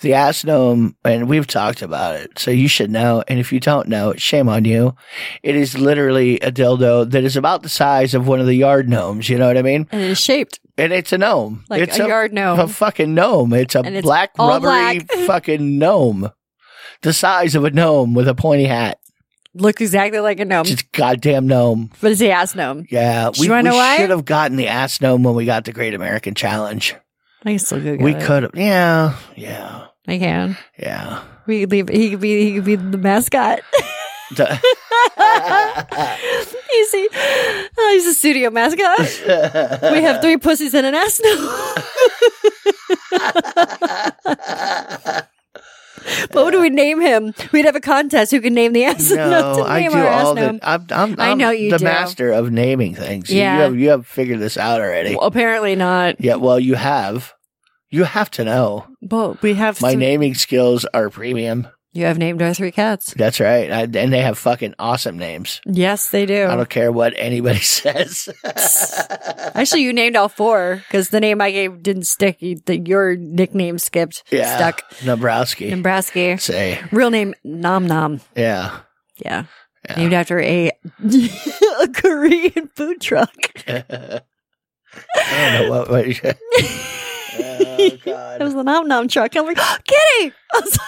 Speaker 1: the ass gnome, and we've talked about it, so you should know. And if you don't know, shame on you. It is literally a dildo that is about the size of one of the yard gnomes. You know what I mean?
Speaker 2: And it's shaped
Speaker 1: And it's a gnome.
Speaker 2: Like
Speaker 1: it's
Speaker 2: a yard gnome.
Speaker 1: A fucking gnome. It's a
Speaker 2: And it's
Speaker 1: black
Speaker 2: all
Speaker 1: rubbery
Speaker 2: black.
Speaker 1: fucking gnome. The size of a gnome with a pointy hat.
Speaker 2: looks exactly like a gnome,
Speaker 1: Just goddamn gnome.
Speaker 2: but it's a ass gnome.
Speaker 1: Yeah.
Speaker 2: you wanna know why?
Speaker 1: should have gotten the ass gnome when we got the Great American Challenge.
Speaker 2: I can still go get
Speaker 1: We
Speaker 2: it.
Speaker 1: could have. Yeah. Yeah.
Speaker 2: I can.
Speaker 1: Yeah.
Speaker 2: We could leave. He could be. He could be the mascot.
Speaker 1: The-
Speaker 2: he's, he, oh, he's a studio mascot. we have three pussies and an ass now. what would we name him? We'd have a contest who can name the ass. gnome
Speaker 1: No,
Speaker 2: to
Speaker 1: I
Speaker 2: name
Speaker 1: do
Speaker 2: our ass
Speaker 1: all
Speaker 2: gnome.
Speaker 1: the. I'm, I'm,
Speaker 2: I
Speaker 1: I'm
Speaker 2: know you
Speaker 1: the
Speaker 2: do.
Speaker 1: master of naming things. You-
Speaker 2: Yeah.
Speaker 1: You have, you have figured this out already.
Speaker 2: Well, apparently not.
Speaker 1: yeah, well, you have. You have to know.
Speaker 2: But we have
Speaker 1: My
Speaker 2: some-
Speaker 1: naming skills are premium.
Speaker 2: You have named our three cats.
Speaker 1: That's right. I, and they have fucking awesome names.
Speaker 2: Yes, they
Speaker 1: I
Speaker 2: do.
Speaker 1: don't care what anybody says.
Speaker 2: Actually, you named all four because the name I gave didn't stick. You, the, your nickname skipped.
Speaker 1: yeah.
Speaker 2: Stuck.
Speaker 1: Nabrowski.
Speaker 2: Nebraska.
Speaker 1: Say,
Speaker 2: Real name Nom Nom.
Speaker 1: yeah.
Speaker 2: Yeah.
Speaker 1: Yeah.
Speaker 2: Named after a, a Korean food truck.
Speaker 1: I don't know what. what you- oh,
Speaker 2: It was
Speaker 1: God.
Speaker 2: the Nom Nom truck. I'm like, Kitty! I, was like,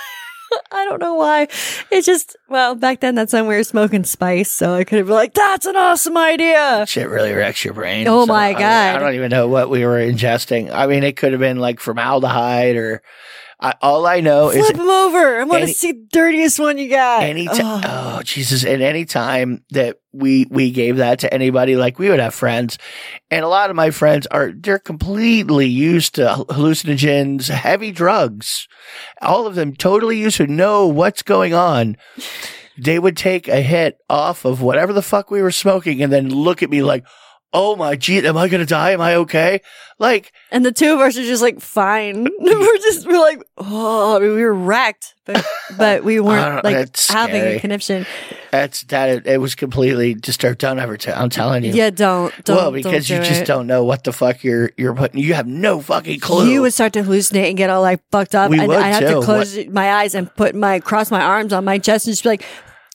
Speaker 2: I don't know why. It's just, well, back then that's when we were smoking spice. So I could have been like, that's an awesome idea.
Speaker 1: Shit really wrecks your brain.
Speaker 2: Oh, my
Speaker 1: I mean, I
Speaker 2: God.
Speaker 1: don't even know what we were ingesting. I mean, it could have been like formaldehyde or. I, all I know Oh, is
Speaker 2: Flip them over. I want to
Speaker 1: any-
Speaker 2: see the dirtiest one you got.
Speaker 1: any ti-
Speaker 2: Ugh.
Speaker 1: oh. Jesus! And any time that we we gave that to anybody, like we would have friends, and a lot of my friends are they're completely used to hallucinogens, heavy drugs, all of them totally used to know what's going on. They would take a hit off of whatever the fuck we were smoking, and then look at me like, "Oh my gee, am I gonna die? Am I okay?" Like,
Speaker 2: And the two of us are just like fine. we're just we're like, oh, I mean, we were wrecked, but but we weren't
Speaker 1: don't-
Speaker 2: like
Speaker 1: that's
Speaker 2: having a
Speaker 1: scary.
Speaker 2: connection.
Speaker 1: that's that. It, it was completely disturbed. Don't ever tell. I'm telling you.
Speaker 2: Yeah, don't don't.
Speaker 1: well, because
Speaker 2: don't
Speaker 1: you
Speaker 2: do
Speaker 1: just
Speaker 2: it.
Speaker 1: don't know what the fuck you're you're putting. You have no fucking clue.
Speaker 2: You would start to hallucinate and get all like fucked up,
Speaker 1: We
Speaker 2: and
Speaker 1: would,
Speaker 2: I have to
Speaker 1: too.
Speaker 2: close my eyes and put my cross my arms on my chest and just be like,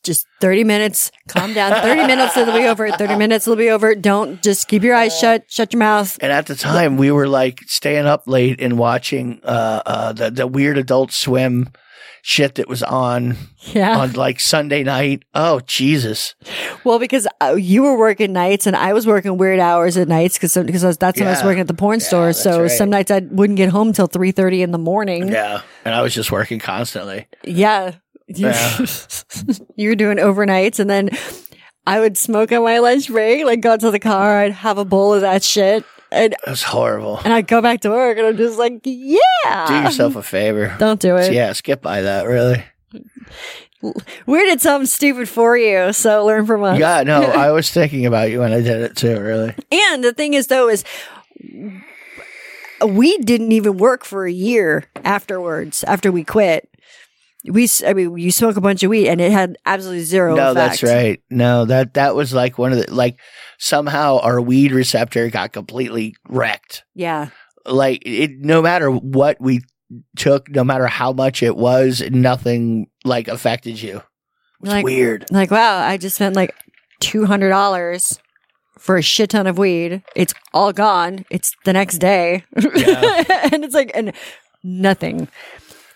Speaker 2: just thirty minutes, calm down. Thirty minutes, it'll be over. Thirty minutes, it'll be over. Don't just keep your eyes shut, shut your mouth.
Speaker 1: and at the time, we were like staying up late and watching uh, uh, the the weird Adult Swim shit that was on
Speaker 2: Yeah.
Speaker 1: on like Sunday night. Oh Jesus!
Speaker 2: Well, because uh, you were working nights and I was working weird hours at nights because because I was- that's when I was
Speaker 1: Yeah.
Speaker 2: working at the porn store.
Speaker 1: that's
Speaker 2: So
Speaker 1: right.
Speaker 2: some nights I wouldn't get home till three thirty in the morning. Yeah,
Speaker 1: Yeah, and I was just working constantly.
Speaker 2: You-
Speaker 1: Yeah.
Speaker 2: you were doing overnights, and then I would smoke on my lunch break, like go to the car, I'd have a bowl of that shit, and
Speaker 1: It was horrible.
Speaker 2: and I'd go back to work, and I'm just like, yeah,
Speaker 1: Do yourself a favor.
Speaker 2: Ah. don't do it.
Speaker 1: Yeah, skip by that. Really.
Speaker 2: We did something stupid for you, so learn from us.
Speaker 1: Yeah, no, I was thinking about you when I did it too. Really.
Speaker 2: And the thing is, though, is we didn't even work for a year afterwards. After we quit, we s- I mean, you smoke a bunch of weed, and it had absolutely zero.
Speaker 1: No,
Speaker 2: effect.
Speaker 1: that's right. No, that that was like one of the like somehow our weed receptor got completely wrecked.
Speaker 2: Yeah,
Speaker 1: Like it, no matter what we took, no matter how much it was, nothing like affected you. It's
Speaker 2: like
Speaker 1: weird.
Speaker 2: like wow, I just spent like two hundred dollars for a shit ton of weed. It's all gone. It's the next day, and it's like and nothing.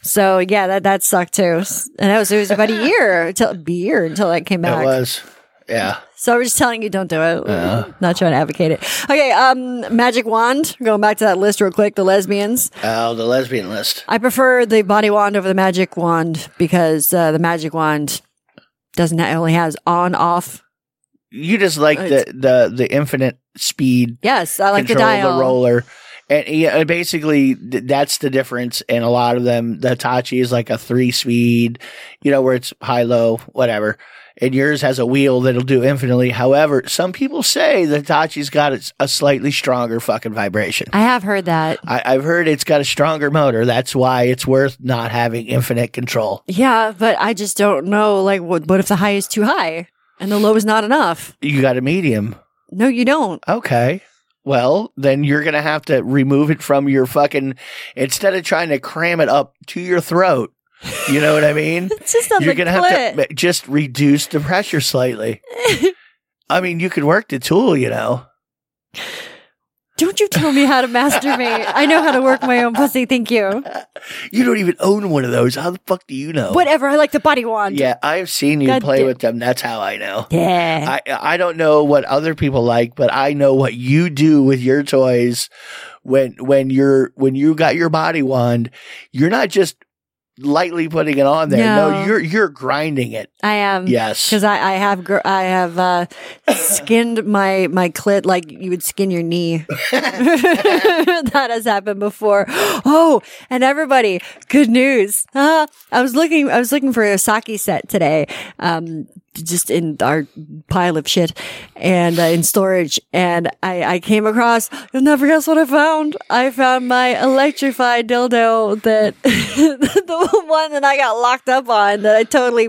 Speaker 2: So yeah, that that sucked too. And that was it was about a year until a year until I came back.
Speaker 1: It was. Yeah.
Speaker 2: So I'm just telling you, don't do it.
Speaker 1: Yeah.
Speaker 2: Not trying to advocate it. Okay, um, magic wand. Going back to that list real quick, the lesbians.
Speaker 1: Oh, the lesbian list.
Speaker 2: I prefer the body wand over the magic wand because uh, the magic wand doesn't it only has on off.
Speaker 1: You just like the the the infinite speed
Speaker 2: Yes, I like the
Speaker 1: control
Speaker 2: dial.
Speaker 1: roller. And yeah, and basically, th- that's the difference. And a lot of them, the Tachi is like a three speed, you know, where it's high, low, whatever. And yours has a wheel that'll do infinitely. However, some people say the Tachi's got a- a slightly stronger fucking vibration.
Speaker 2: I have heard that.
Speaker 1: I, I've heard it's got a stronger motor. That's why it's worth not having infinite control.
Speaker 2: Yeah, but I just don't know. Like, what, what if the high is too high and the low is not enough?
Speaker 1: You got a medium.
Speaker 2: No, you don't.
Speaker 1: Okay. Well, then you're going to have to remove it from your fucking, instead of trying to cram it up to your throat. You know what I mean?
Speaker 2: It's just on
Speaker 1: you're
Speaker 2: the
Speaker 1: gonna
Speaker 2: clit.
Speaker 1: have to ma- just reduce the pressure slightly. I mean, you could work the tool, you know.
Speaker 2: Don't you tell me how to masturbate. I know how to work my own pussy. Thank you.
Speaker 1: You don't even own one of those. How the fuck do you know?
Speaker 2: Whatever. I like the body wand.
Speaker 1: Oh. Yeah, I've seen you
Speaker 2: God
Speaker 1: play
Speaker 2: damn-
Speaker 1: with them. That's how I know.
Speaker 2: Yeah.
Speaker 1: I I don't know what other people like, but I know what you do with your toys when when you're when you got your body wand. You're not just lightly putting it on there.
Speaker 2: No.
Speaker 1: no you're you're grinding it.
Speaker 2: I am.
Speaker 1: Yes.
Speaker 2: Because I, I have gr- I have uh, skinned my my clit like you would skin your knee. that has happened before. Oh, and everybody, Uh, good news! Ah, I was looking I was looking for a sake set today. Um, just in our pile of shit and uh, in storage. And I, I came across, you'll never guess what I found. I found my electrified dildo that the one that I got locked up on that I totally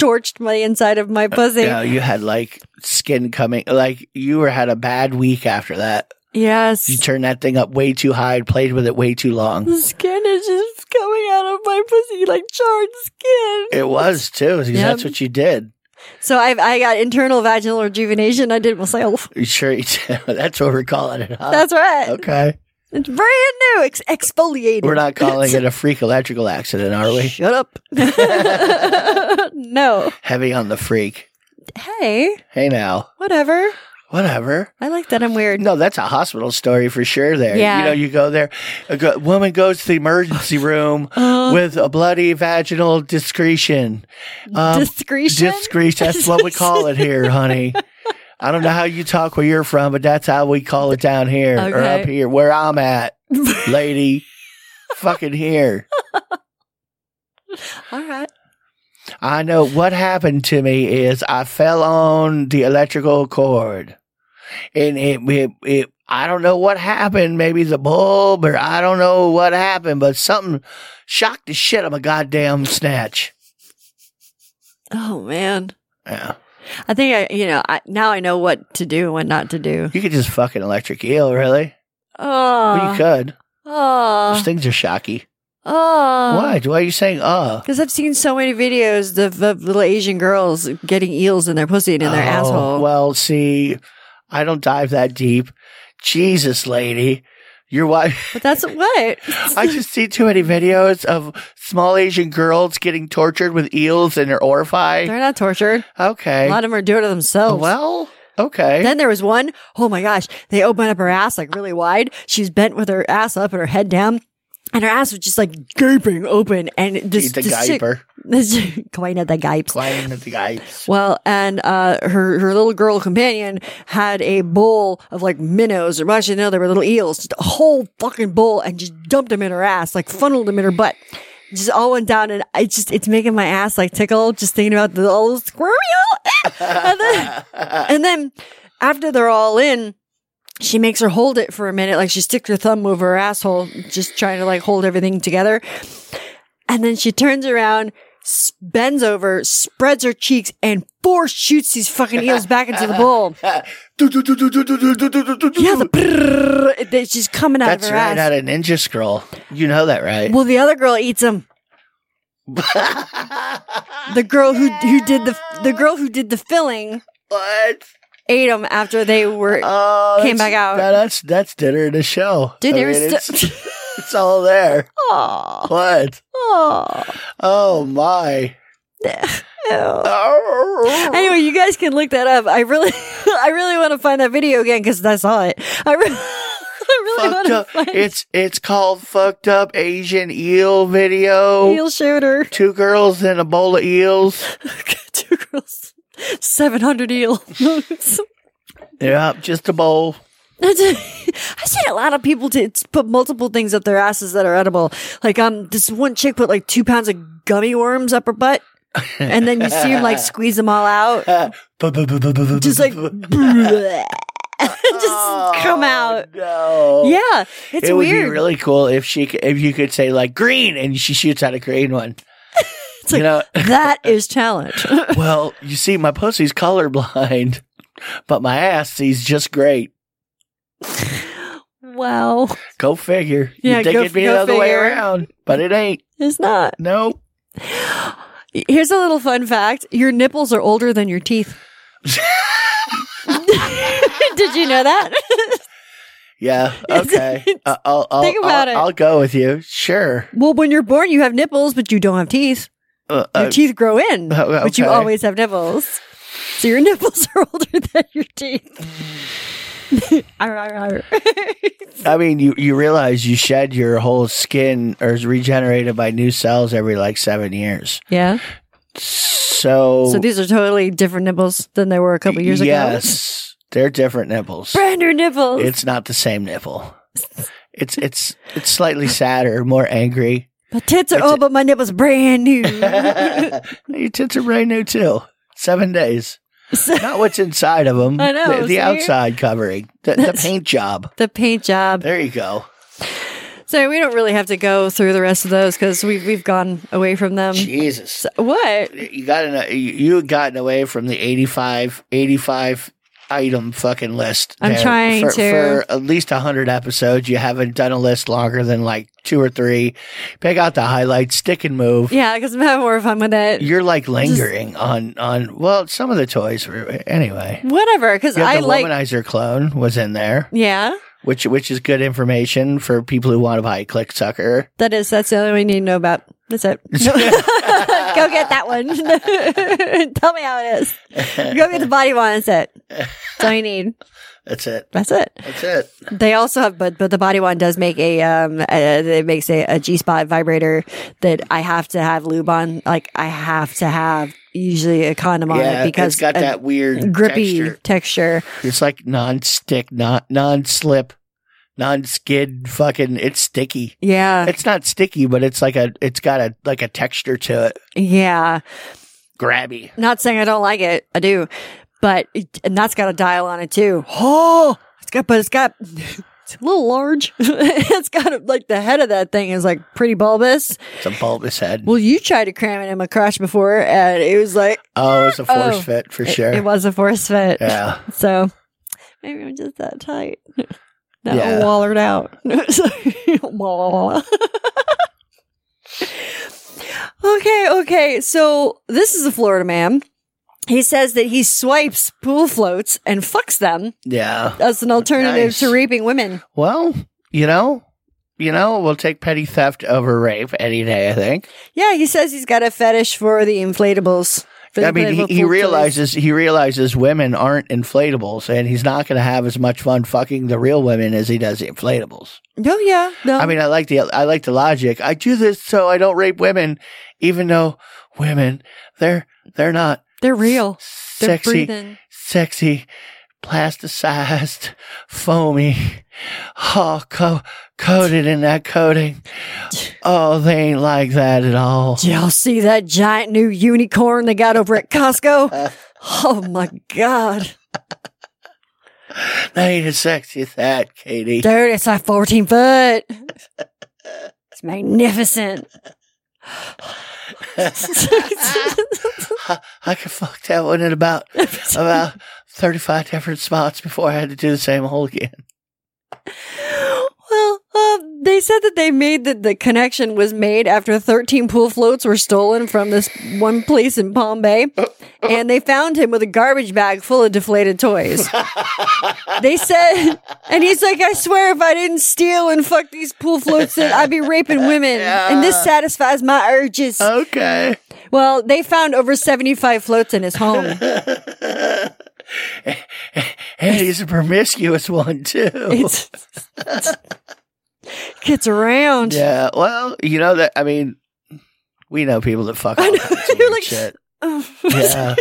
Speaker 2: torched my inside of my pussy.
Speaker 1: No, you had like skin coming. Like you were had a bad week after that.
Speaker 2: Yes.
Speaker 1: You turned that thing up way too high, played with it way too long.
Speaker 2: The skin is just coming out of my pussy like charred skin.
Speaker 1: It was too. 'cause
Speaker 2: Yep.
Speaker 1: That's what you did.
Speaker 2: So I I got internal vaginal rejuvenation. I did myself.
Speaker 1: You sure you did. That's what we're calling it. Huh?
Speaker 2: That's right.
Speaker 1: Uh, okay.
Speaker 2: It's brand new. It's exfoliated.
Speaker 1: We're not calling it a freak electrical accident, are we?
Speaker 2: Shut up. no.
Speaker 1: Heavy on the freak.
Speaker 2: Hey,
Speaker 1: Hey now.
Speaker 2: whatever.
Speaker 1: Whatever.
Speaker 2: I like that I'm weird.
Speaker 1: No, that's a hospital story for sure. There,
Speaker 2: Yeah.
Speaker 1: you know, you go there. A go- woman goes to the emergency room
Speaker 2: Uh,
Speaker 1: with a bloody vaginal discretion. Um,
Speaker 2: Discretion?
Speaker 1: discretion, That's what we call it here, honey. I don't know how you talk where you're from, but that's how we call it down here or
Speaker 2: Okay.
Speaker 1: up here, where I'm at, lady. Fucking here.
Speaker 2: All right.
Speaker 1: I know what happened to me is I fell on the electrical cord, and it it, it I don't know what happened. Maybe the bulb, or I don't know what happened, but something shocked the shit out of my goddamn snatch.
Speaker 2: Oh man.
Speaker 1: Yeah.
Speaker 2: I think I you know, I now I know what to do and what not to do.
Speaker 1: You could just fucking electric eel, really? well, you
Speaker 2: Oh.
Speaker 1: could. Those
Speaker 2: Oh.
Speaker 1: things are shocky.
Speaker 2: Oh.
Speaker 1: Why? Why are you saying uh?
Speaker 2: Because I've seen so many videos of, of little Asian girls getting eels in their pussy and in their
Speaker 1: Oh,
Speaker 2: asshole.
Speaker 1: Well, see, I don't dive that deep. Jesus, lady, your wife.
Speaker 2: But that's what.
Speaker 1: I just see too many videos of small Asian girls getting tortured with eels in their
Speaker 2: They're
Speaker 1: orify.
Speaker 2: not tortured.
Speaker 1: Okay.
Speaker 2: A lot of them are doing it themselves.
Speaker 1: well, okay.
Speaker 2: Then there was one, oh my gosh, they opened up her ass like really wide. She's bent with her ass up and her head down. And her ass was just like gaping open. And this,
Speaker 1: She's a
Speaker 2: this chick-
Speaker 1: gyper.
Speaker 2: this chick- Quina the gypes.
Speaker 1: Playing with the gypes.
Speaker 2: Well, and uh, her her little girl companion had a bowl of like minnows, or actually no, they were little eels, just a whole fucking bowl, and just dumped them in her ass, like funneled them in her butt, just all went down, and I just it's making my ass like tickle just thinking about the old squirrel, Ah! and then and then after they're all in. She makes her hold it for a minute, like she sticks her thumb over her asshole, just trying to like hold everything together. And then she turns around, s- bends over, spreads her cheeks, and four shoots these fucking eels back into the bowl. Yeah, the brrrr, they- she's coming out
Speaker 1: That's
Speaker 2: of her
Speaker 1: right
Speaker 2: ass.
Speaker 1: out of Ninja Scroll. You know that, right?
Speaker 2: Well, the other girl eats them. the girl who who did the the girl who did the filling
Speaker 1: what?
Speaker 2: ate them after they were.
Speaker 1: Oh,
Speaker 2: Came
Speaker 1: that's-
Speaker 2: back out.
Speaker 1: no, that's that's dinner and a show.
Speaker 2: Dude,
Speaker 1: I
Speaker 2: they were
Speaker 1: mean,
Speaker 2: sti-
Speaker 1: it's, it's all there.
Speaker 2: Aw.
Speaker 1: What?
Speaker 2: Aw.
Speaker 1: Oh my. Oh.
Speaker 2: Anyway, you guys can look that up. I really, I really want to find that video again because I saw it. I, re- I really want
Speaker 1: fucked
Speaker 2: to
Speaker 1: up.
Speaker 2: find
Speaker 1: It's it's called fucked up Asian eel video.
Speaker 2: eel shooter.
Speaker 1: Two girls and a bowl of eels.
Speaker 2: Two girls, seven hundred eels.
Speaker 1: Yeah, just a bowl.
Speaker 2: I've seen a lot of people to to put multiple things up their asses that are edible. Like um, this one chick put like two pounds of gummy worms up her butt, and then you see him like squeeze them all out, just like just come out.
Speaker 1: No.
Speaker 2: Yeah, it's
Speaker 1: it would
Speaker 2: weird.
Speaker 1: be really cool if she c- if you could say like green and she shoots out a green one.
Speaker 2: It's like,
Speaker 1: you know,
Speaker 2: that is talent.
Speaker 1: well, you see, my pussy's colorblind, but my ass sees just great.
Speaker 2: wow,
Speaker 1: Go figure.
Speaker 2: Yeah,
Speaker 1: you think
Speaker 2: go-
Speaker 1: it'd be
Speaker 2: go
Speaker 1: the other way
Speaker 2: figure.
Speaker 1: around, but it ain't.
Speaker 2: it's not.
Speaker 1: Nope.
Speaker 2: Here's a little fun fact: your nipples are older than your teeth. Did you know that?
Speaker 1: Yeah. Okay. I- I'll, I'll,
Speaker 2: Think about
Speaker 1: I'll-
Speaker 2: it.
Speaker 1: I'll go with you. Sure.
Speaker 2: well, when you're born, you have nipples, but you don't have teeth.
Speaker 1: Uh,
Speaker 2: Your
Speaker 1: uh,
Speaker 2: teeth grow in,
Speaker 1: oh,
Speaker 2: but you
Speaker 1: okay.
Speaker 2: always have nipples. So your nipples are older than your teeth. Arr, arr, arr.
Speaker 1: I mean, you, you realize you shed your whole skin or is regenerated by new cells every like seven years.
Speaker 2: yeah.
Speaker 1: So, Oh.
Speaker 2: So these are totally different nipples than they were a couple years ago.
Speaker 1: yes, they're different nipples.
Speaker 2: Brand new nipples.
Speaker 1: It's not the same nipple. It's it's it's slightly sadder, more angry.
Speaker 2: my tits are old, but my nipples brand new.
Speaker 1: Your tits are brand new too. Seven days. Not what's inside of them.
Speaker 2: I know,
Speaker 1: The, the
Speaker 2: see?
Speaker 1: outside covering, the, the paint job.
Speaker 2: The paint job.
Speaker 1: There you go.
Speaker 2: So we don't really have to go through the rest of those because we've we've gone away from them.
Speaker 1: Jesus.
Speaker 2: What?
Speaker 1: You got to you you had gotten away from the 85, 85 item fucking list.
Speaker 2: I'm
Speaker 1: there.
Speaker 2: trying
Speaker 1: for,
Speaker 2: to.
Speaker 1: for at least hundred episodes. You haven't done a list longer than like two or three. Pick out the highlights, stick and move.
Speaker 2: Yeah, because I'm having more fun with it.
Speaker 1: You're like lingering on on. Well, some of the toys were anyway.
Speaker 2: Whatever, because
Speaker 1: You had
Speaker 2: I
Speaker 1: the
Speaker 2: like.
Speaker 1: womanizer clone was in there,
Speaker 2: Yeah,
Speaker 1: which which is good information for people who want to buy a click sucker.
Speaker 2: that is. That's the only one you need to know about. That's it. No. go get that one. Tell me how it is. Go get the body one. That's it. That's all you need.
Speaker 1: That's it.
Speaker 2: That's it.
Speaker 1: That's it.
Speaker 2: They also have, but but the body one does make a um, uh it makes a, a G spot vibrator that I have to have lube on. Like I have to have usually a condom on
Speaker 1: yeah,
Speaker 2: it because
Speaker 1: it's got
Speaker 2: a
Speaker 1: that weird
Speaker 2: grippy
Speaker 1: texture.
Speaker 2: texture.
Speaker 1: It's like non-stick, non non-slip, non-skid. Fucking, it's sticky.
Speaker 2: Yeah,
Speaker 1: It's not sticky, but it's like a. It's got a like a texture to it.
Speaker 2: yeah.
Speaker 1: Grabby.
Speaker 2: Not saying I don't like it, I do, but it, and that's got a dial on it too. Oh, it's got, but it's got. It's a little large. it's got a, like the head of that thing is like pretty bulbous.
Speaker 1: It's a bulbous head.
Speaker 2: Well, you tried to cram it in my crotch before, and it was like
Speaker 1: Oh, it's a force
Speaker 2: Oh.
Speaker 1: fit for
Speaker 2: It-
Speaker 1: sure.
Speaker 2: It, was a force fit.
Speaker 1: Yeah.
Speaker 2: So maybe I'm just that tight. That
Speaker 1: Yeah.
Speaker 2: wallered out. Wah. okay, okay. So this is a Florida man. He says that he swipes pool floats and fucks them
Speaker 1: Yeah.
Speaker 2: as an alternative
Speaker 1: Nice.
Speaker 2: to raping women.
Speaker 1: Well, you know, you know, we'll take petty theft over rape any day. I think.
Speaker 2: Yeah, he says he's got a fetish for the inflatables. for the
Speaker 1: I mean, he,
Speaker 2: inflatable
Speaker 1: he
Speaker 2: pool
Speaker 1: realizes he realizes women aren't inflatables, and he's not going to have as much fun fucking the real women as he does the inflatables.
Speaker 2: toys. No, Oh, yeah, no.
Speaker 1: I mean, I like the I like the logic. I do this so I don't rape women, even though women they're they're not
Speaker 2: they're real. They're
Speaker 1: sexy,
Speaker 2: breathing.
Speaker 1: sexy, plasticized, foamy, all co- coated in that coating. Oh, they ain't like that at all.
Speaker 2: Did y'all see that giant new unicorn they got over at Costco? oh my God.
Speaker 1: They ain't as sexy as that, Katie.
Speaker 2: Dude, it's like 14 foot. It's magnificent.
Speaker 1: I, I could fuck that one in about about thirty five different spots before I had to do the same hole again.
Speaker 2: well, um, they said that they made that the connection was made after 13 pool floats were stolen from this one place in Palm Bay,
Speaker 1: Uh,
Speaker 2: and they found him with a garbage bag full of deflated toys. they said, and he's like, I swear if I didn't steal and fuck these pool floats, then I'd be raping women, and this satisfies my urges.
Speaker 1: Uh. Okay.
Speaker 2: Well, they found over 75 floats in his home.
Speaker 1: And he's a promiscuous one too.
Speaker 2: It's, gets around.
Speaker 1: Yeah. Well, you know that. I mean, we know people that fuck. All kinds of
Speaker 2: You're
Speaker 1: weird
Speaker 2: like-
Speaker 1: shit. Yeah.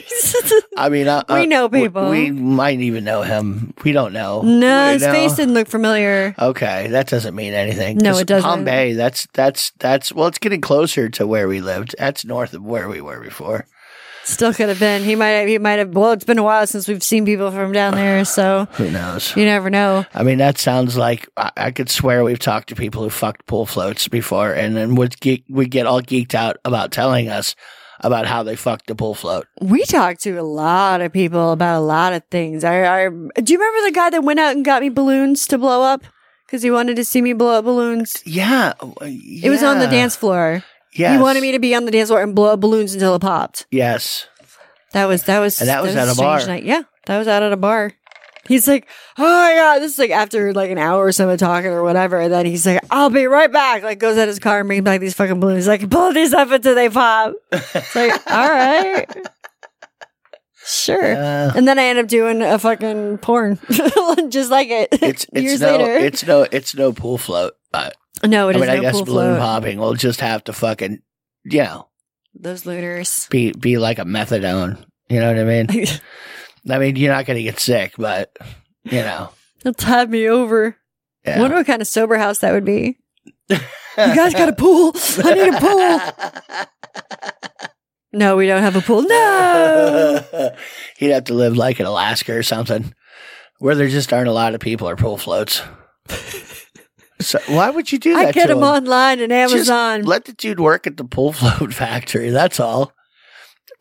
Speaker 1: I mean, I,
Speaker 2: We
Speaker 1: I-
Speaker 2: know
Speaker 1: w-
Speaker 2: people.
Speaker 1: We, might even know him. We don't know.
Speaker 2: No,
Speaker 1: We
Speaker 2: his
Speaker 1: know-
Speaker 2: face didn't look familiar.
Speaker 1: Okay, that doesn't mean anything.
Speaker 2: No,
Speaker 1: 'Cause
Speaker 2: it doesn't.
Speaker 1: Palm Bay. That's that's that's. Well, it's getting closer to where we lived. That's north of where we were before.
Speaker 2: Still could have been. He might have. He might have. Well, it's been a while since we've seen people from down there, so
Speaker 1: Who knows?
Speaker 2: you never know.
Speaker 1: I mean, that sounds like I, I could swear we've talked to people who fucked pool floats before, and then would geek, would get all geeked out about telling us about how they fucked the pool float.
Speaker 2: We talked to a lot of people about a lot of things. I, I do you remember the guy that went out and got me balloons to blow up because he wanted to see me blow up balloons.
Speaker 1: Yeah,
Speaker 2: It was on the dance floor.
Speaker 1: Yeah,
Speaker 2: He wanted me to be on the dance floor and blow up balloons until it popped.
Speaker 1: Yes,
Speaker 2: That was that was
Speaker 1: And that was at a
Speaker 2: strange
Speaker 1: bar.
Speaker 2: Night. Yeah, that was out at a bar. He's like, oh my god, this is like after like an hour or so of talking or whatever, and then he's like, I'll be right back. Like goes out his car and brings back these fucking balloons. He's like, blow these up until they pop. It's like, all right, sure.
Speaker 1: Yeah.
Speaker 2: and then I end up doing a fucking porn, just like it.
Speaker 1: it's it's
Speaker 2: years
Speaker 1: no
Speaker 2: later.
Speaker 1: it's no it's no pool float. Uh,
Speaker 2: no,
Speaker 1: I
Speaker 2: it is
Speaker 1: mean, I
Speaker 2: no
Speaker 1: guess
Speaker 2: pool
Speaker 1: balloon
Speaker 2: float.
Speaker 1: popping will just have to fucking you know
Speaker 2: Those looters.
Speaker 1: be be like a methadone. You know what I mean?
Speaker 2: They'll
Speaker 1: I mean, you're not gonna get sick, but you know.
Speaker 2: tie me over.
Speaker 1: Yeah.
Speaker 2: Wonder what kind of sober house that would be. You guys got a pool. I need a pool. No, we don't have a pool. No.
Speaker 1: He'd have to live like in Alaska or something, where there just aren't a lot of people or pool floats. so why would you do that?
Speaker 2: I get
Speaker 1: to
Speaker 2: them online and
Speaker 1: Just
Speaker 2: Amazon.
Speaker 1: let the dude work at the pool float factory. That's all.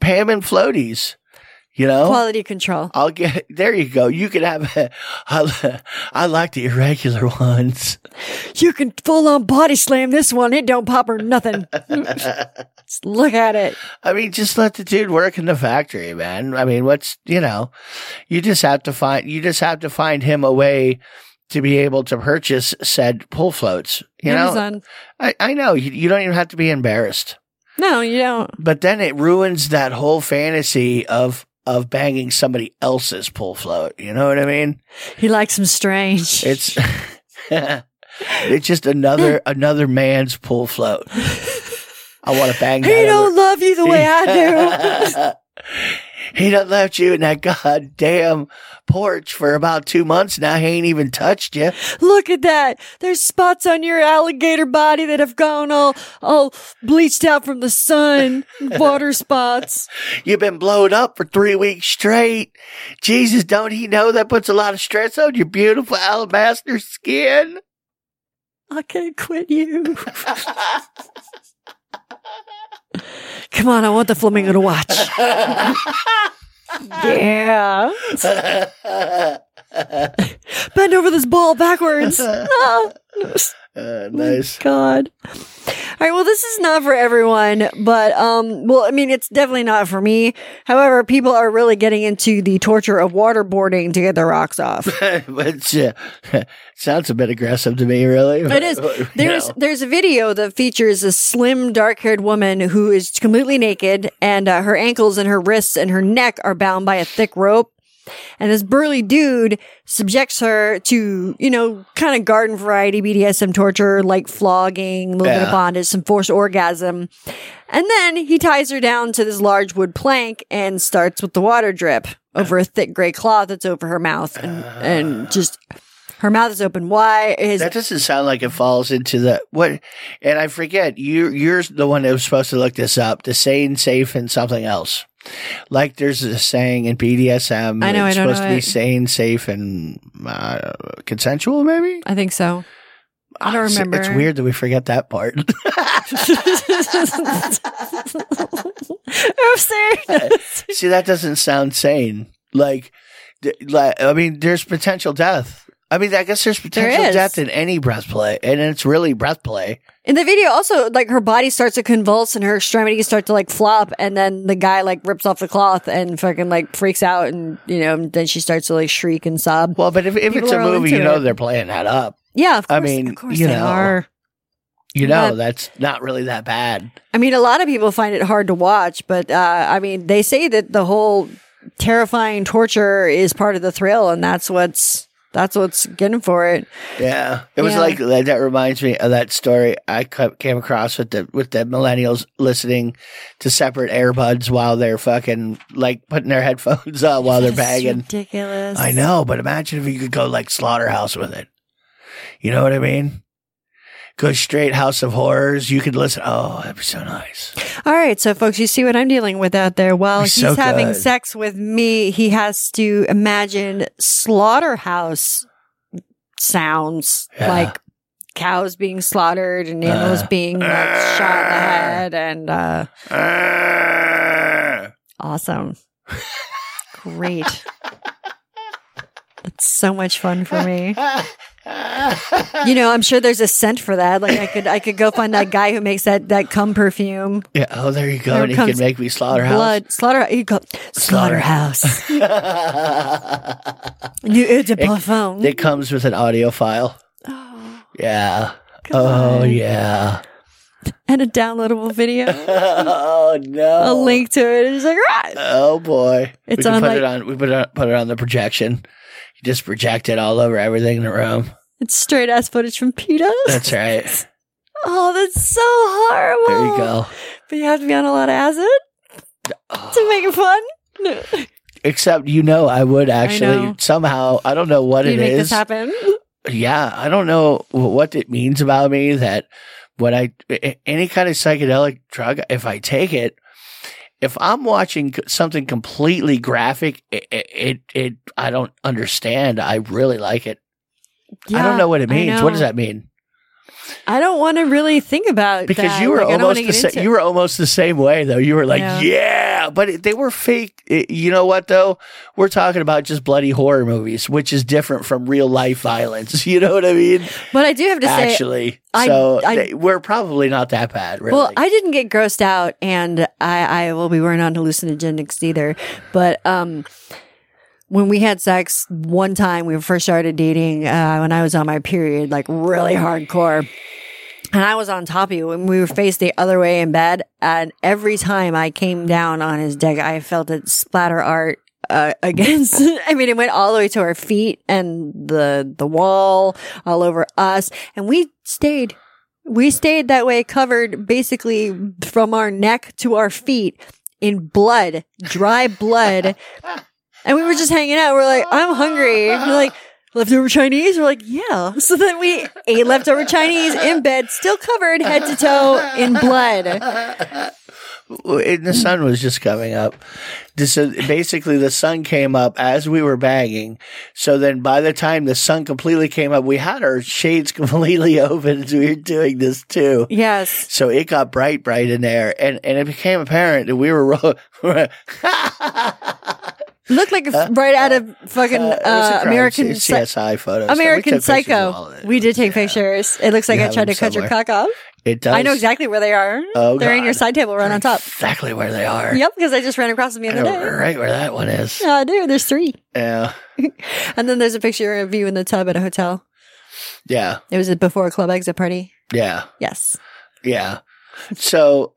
Speaker 1: Pay him in floaties. You know,
Speaker 2: Quality control.
Speaker 1: I'll get there. You go. You can have. A, I, li- I like the irregular ones.
Speaker 2: You can full on body slam this one. It don't pop or nothing. Just look at it.
Speaker 1: I mean, just let the dude work in the factory, man. I mean, what's you know, you just have to find you just have to find him a way to be able to purchase said pull floats. You know,
Speaker 2: Amazon.
Speaker 1: I, I know you, you don't even have to be embarrassed,
Speaker 2: No, you don't.
Speaker 1: but then it ruins that whole fantasy of of banging somebody else's pull float. You know what I mean?
Speaker 2: He likes them strange.
Speaker 1: It's it's just another another man's pull float. I want to bang.
Speaker 2: he
Speaker 1: that
Speaker 2: don't
Speaker 1: other-
Speaker 2: love you the way I do.
Speaker 1: he done left you in that goddamn porch for about two months now. He ain't even touched you.
Speaker 2: Look at that. There's spots on your alligator body that have gone all all bleached out from the sun. Water spots.
Speaker 1: You've been blowed up for three weeks straight. Jesus, don't he know that puts a lot of stress on your beautiful alabaster skin?
Speaker 2: I can't quit you. Come on, I want the flamingo to watch. yeah.
Speaker 1: Uh,
Speaker 2: Bend over this ball backwards. Ah.
Speaker 1: Uh, nice.
Speaker 2: God. All right. Well, this is not for everyone, but um, well, I mean, it's definitely not for me. However, people are really getting into the torture of waterboarding to get their rocks off.
Speaker 1: Which uh, sounds a bit aggressive to me, really.
Speaker 2: It is. There's there's a video that features a slim, dark haired woman who is completely naked, and uh, her ankles and her wrists and her neck are bound by a thick rope. And this burly dude subjects her to, you know, kind of garden variety BDSM torture, like flogging, a little bit of
Speaker 1: Yeah.
Speaker 2: bondage, some forced orgasm. And then he ties her down to this large wood plank and starts with the water drip over a thick gray cloth that's over her mouth and, and just her mouth is open wide. His
Speaker 1: That doesn't sound like it falls into the what. And I forget you. You're the one that was supposed to look this up. The saying safe and something else. Like there's a saying in BDSM.
Speaker 2: I know, I
Speaker 1: It's
Speaker 2: don't
Speaker 1: supposed
Speaker 2: know
Speaker 1: to be
Speaker 2: it.
Speaker 1: sane, safe, and uh, consensual. Maybe
Speaker 2: I think so. I don't
Speaker 1: Ah, It's-
Speaker 2: remember.
Speaker 1: It's, weird that we forget that part.
Speaker 2: I'm serious.
Speaker 1: See, that doesn't sound sane. Like, th- like I mean, there's potential death. I mean, I guess there's potential
Speaker 2: is.
Speaker 1: death in any breath play, and it's really breath play.
Speaker 2: In the video, also, like her body starts to convulse and her extremities start to like flop, and then the guy like rips off the cloth and fucking like freaks out, and you know, and then she starts to like shriek and sob.
Speaker 1: Well, but if, if
Speaker 2: People
Speaker 1: it's a
Speaker 2: are all
Speaker 1: movie,
Speaker 2: into
Speaker 1: you know
Speaker 2: it.
Speaker 1: they're playing that up.
Speaker 2: Yeah, of course,
Speaker 1: I mean,
Speaker 2: of course
Speaker 1: you
Speaker 2: they
Speaker 1: know.
Speaker 2: are.
Speaker 1: You know,
Speaker 2: But-
Speaker 1: that's not really that bad.
Speaker 2: I mean, a lot of people find it hard to watch, but uh, I mean, they say that the whole terrifying torture is part of the thrill, and that's what's that's what's getting for it.
Speaker 1: Yeah. It was
Speaker 2: Yeah.
Speaker 1: like that that reminds me of that story I cu- came across with the with the millennials listening to separate earbuds while they're fucking like putting their headphones on while Oh, they're
Speaker 2: It's
Speaker 1: bagging.
Speaker 2: ridiculous.
Speaker 1: I know, but imagine if you could go like slaughterhouse with it. You know what I mean? Go straight House of Horrors. You could listen. Oh, that'd be so nice.
Speaker 2: All right, so folks, you see what I'm dealing with out there. While
Speaker 1: You're
Speaker 2: he's
Speaker 1: so
Speaker 2: having
Speaker 1: good.
Speaker 2: sex with me, he has to imagine slaughterhouse sounds
Speaker 1: Yeah.
Speaker 2: like cows being slaughtered and animals
Speaker 1: Uh.
Speaker 2: being like, shot in the head and uh
Speaker 1: Uh.
Speaker 2: awesome. Great. That's so much fun for me. You know, I'm sure there's a scent for that. Like I could I could go find that guy who makes that that cum perfume.
Speaker 1: Yeah. Oh, there you go.
Speaker 2: There
Speaker 1: and you can
Speaker 2: comes
Speaker 1: make me slaughterhouse.
Speaker 2: Blood slaughter. You go, slaughterhouse. New eau de parfum.
Speaker 1: It comes with an audio file. yeah. Oh yeah.
Speaker 2: and a downloadable video,
Speaker 1: Oh
Speaker 2: a
Speaker 1: no.
Speaker 2: link to it. It's like, right.
Speaker 1: Oh boy.
Speaker 2: It's
Speaker 1: we can
Speaker 2: on,
Speaker 1: put
Speaker 2: like-
Speaker 1: it on. We put it on, put it on the projection. You just project it all over everything in the room.
Speaker 2: It's straight ass footage from PETA.
Speaker 1: That's right.
Speaker 2: oh, that's so horrible.
Speaker 1: There you go.
Speaker 2: But you have to be on a lot of acid to make it fun. No.
Speaker 1: Except you know, I would actually
Speaker 2: know.
Speaker 1: somehow. I don't know what
Speaker 2: You
Speaker 1: it
Speaker 2: make this
Speaker 1: is.
Speaker 2: happen.
Speaker 1: yeah, I don't know wh- what it means about me that when I a- any kind of psychedelic drug, if I take it, if I'm watching c- something completely graphic, it, it, it, I don't understand. I really like it. I
Speaker 2: Yeah,
Speaker 1: don't know what it
Speaker 2: I
Speaker 1: means. What
Speaker 2: know.
Speaker 1: does that mean?
Speaker 2: I don't want to really think about
Speaker 1: Because
Speaker 2: that.
Speaker 1: you were
Speaker 2: Like, I don't wanna get
Speaker 1: almost the sa-
Speaker 2: into it.
Speaker 1: you were almost the same way though. You were like,
Speaker 2: Yeah.
Speaker 1: yeah, but it, they were fake. It- you know what though? We're talking about just bloody horror movies, which is different from real life violence. You know what I mean?
Speaker 2: But I do have to say,
Speaker 1: Actually,
Speaker 2: I-
Speaker 1: so
Speaker 2: I-
Speaker 1: they- we're probably not that bad, really.
Speaker 2: Well, I didn't get grossed out, and I, I well, we weren't on hallucinogenics either. But um, when we had sex one time, we first started dating uh, when I was on my period, like really hardcore. And I was on top of you, and we were faced the other way in bed. And every time I came down on his dick, I felt it splatter art uh, against. I mean, it went all the way to our feet and the the wall, all over us, and we stayed. We stayed that way, covered basically from our neck to our feet in blood, dry blood. and we were just hanging out. We're like, I'm hungry. And We're like, leftover Chinese? We're like, yeah. So then we ate leftover Chinese in bed, still covered head to toe in blood.
Speaker 1: and the sun was just coming up. This is- basically the sun came up as we were bagging. So then by the time the sun completely came up, we had our shades completely open as we were doing this too.
Speaker 2: Yes.
Speaker 1: So it got bright, bright in there, and, and it became apparent that we were ro- it
Speaker 2: Looked like f- right out of fucking
Speaker 1: Uh, was a
Speaker 2: uh,
Speaker 1: crime
Speaker 2: American
Speaker 1: scene,
Speaker 2: Psy-
Speaker 1: CSI photo. So we took
Speaker 2: American
Speaker 1: pictures of
Speaker 2: Psycho.
Speaker 1: all of it.
Speaker 2: We did take pictures. It looks like
Speaker 1: You
Speaker 2: I
Speaker 1: have
Speaker 2: tried to
Speaker 1: them
Speaker 2: cut your
Speaker 1: somewhere.
Speaker 2: cock off.
Speaker 1: It does.
Speaker 2: I know exactly where they are.
Speaker 1: Oh,
Speaker 2: They're in your
Speaker 1: God.
Speaker 2: side table right on top.
Speaker 1: exactly where they are.
Speaker 2: Yep, because I just ran across them the
Speaker 1: I
Speaker 2: other
Speaker 1: know
Speaker 2: day.
Speaker 1: right where that one is.
Speaker 2: Oh, dude, there's three.
Speaker 1: Yeah.
Speaker 2: And then there's a picture of you in the tub at a hotel.
Speaker 1: Yeah.
Speaker 2: It was before a club exit party.
Speaker 1: Yeah.
Speaker 2: Yes.
Speaker 1: Yeah. So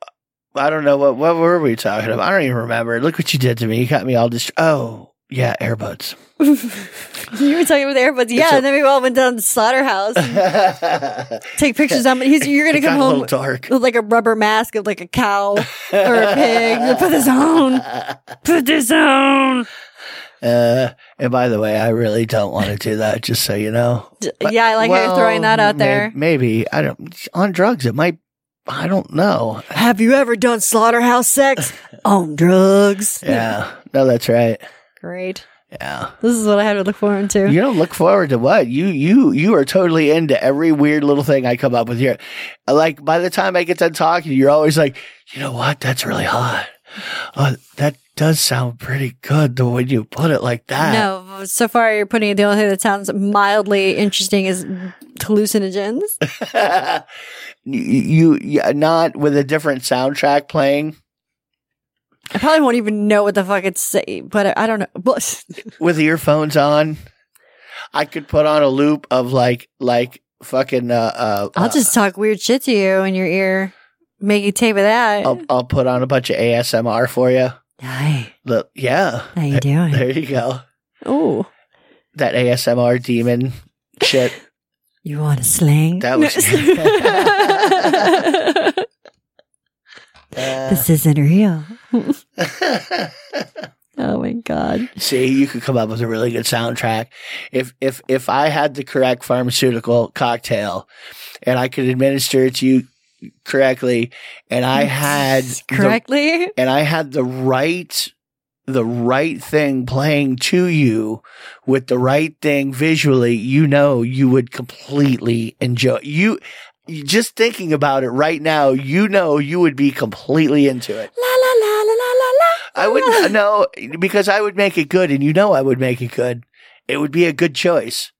Speaker 1: I don't know what what were we talking about. I don't even remember. Look what you did to me. You got me all dist- Oh yeah, airboats.
Speaker 2: You were talking about the airbuds. Yeah, and then we all went down to the slaughterhouse. Take pictures. I'm, he's, you're going
Speaker 1: It
Speaker 2: to come
Speaker 1: got a
Speaker 2: home
Speaker 1: little dark.
Speaker 2: with like a rubber mask of like a cow or a pig. Put this on. Put this on.
Speaker 1: Uh, and by the way, I really don't want to do that. Just so you know.
Speaker 2: D- yeah, I like how you're throwing that out
Speaker 1: may-
Speaker 2: there.
Speaker 1: maybe I don't on drugs. It might. I don't know.
Speaker 2: Have you ever done slaughterhouse sex on drugs?
Speaker 1: Yeah. No, that's right.
Speaker 2: Great.
Speaker 1: Yeah.
Speaker 2: This is what I had to look forward to.
Speaker 1: You don't look forward to what you you you are totally into every weird little thing I come up with here. Like by the time I get done talking, you're always like, you know what? That's really hot. Oh, that does sound pretty good. The way you put it like that.
Speaker 2: No, so far you're putting it. The only thing that sounds mildly interesting is hallucinogens.
Speaker 1: You, you, you not with a different soundtrack playing
Speaker 2: I probably won't even know what the fuck it's say, but I don't know. But
Speaker 1: with earphones on. I could put on a loop of like like fucking uh uh.
Speaker 2: I'll
Speaker 1: uh,
Speaker 2: just talk weird shit to you in your ear, make you tape of that.
Speaker 1: I'll, I'll put on a bunch of ASMR for you.
Speaker 2: Hi,
Speaker 1: Look, yeah.
Speaker 2: how you doing?
Speaker 1: There you go.
Speaker 2: Oh,
Speaker 1: that ASMR demon shit.
Speaker 2: you want a sling?
Speaker 1: That was-
Speaker 2: this isn't real.
Speaker 1: Uh,
Speaker 2: Oh my god.
Speaker 1: see, you could come up with a really good soundtrack. If if if I had the correct pharmaceutical cocktail and I could administer it to you correctly, and I had the-
Speaker 2: correctly.
Speaker 1: and I had the right the right thing playing to you with the right thing visually, you know you would completely enjoy you you- just thinking about it right now, you know you would be completely into it.
Speaker 2: La la la la la la la.
Speaker 1: I
Speaker 2: Ah.
Speaker 1: would no because I would make it good, and you know I would make it good. It would be a good choice.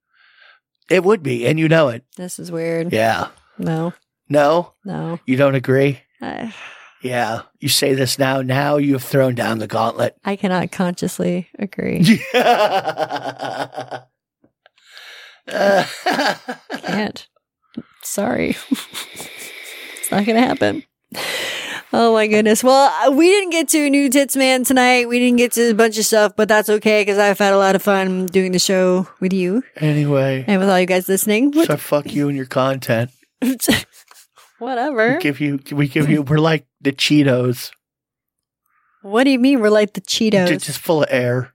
Speaker 1: It would be, and you know it.
Speaker 2: This is weird.
Speaker 1: Yeah.
Speaker 2: No,
Speaker 1: No,
Speaker 2: no.
Speaker 1: you don't agree.
Speaker 2: I,
Speaker 1: Yeah, you say this now. Now you have thrown down the gauntlet.
Speaker 2: I cannot consciously agree. can't. Sorry. it's not going to happen. Oh my goodness. Well, uh, we didn't get to New Tits Man tonight. We didn't get to a bunch of stuff, but that's okay because I've had a lot of fun doing the show with you
Speaker 1: anyway,
Speaker 2: and with all you guys listening.
Speaker 1: so fuck you and your content.
Speaker 2: Whatever.
Speaker 1: We give you, we give you. We're like the Cheetos,
Speaker 2: What do you mean we're like the Cheetos?
Speaker 1: Ju- just full of air,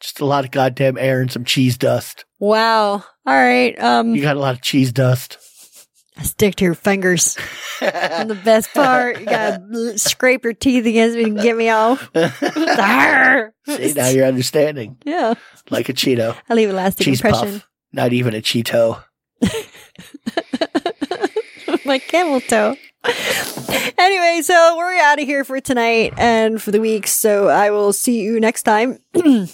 Speaker 1: just a lot of goddamn air and some cheese dust.
Speaker 2: wow. All right. Um,
Speaker 1: You got a lot of cheese dust.
Speaker 2: I stick to your fingers. And the best part, you gotta l- scrape your teeth against me and get me off. Arr!
Speaker 1: See, now you're understanding.
Speaker 2: yeah,
Speaker 1: Like a Cheeto.
Speaker 2: I leave a lasting
Speaker 1: Cheese
Speaker 2: impression.
Speaker 1: puff. Not even a Cheeto.
Speaker 2: my camel toe. anyway, so we're out of here for tonight and for the week. So I will see you next time,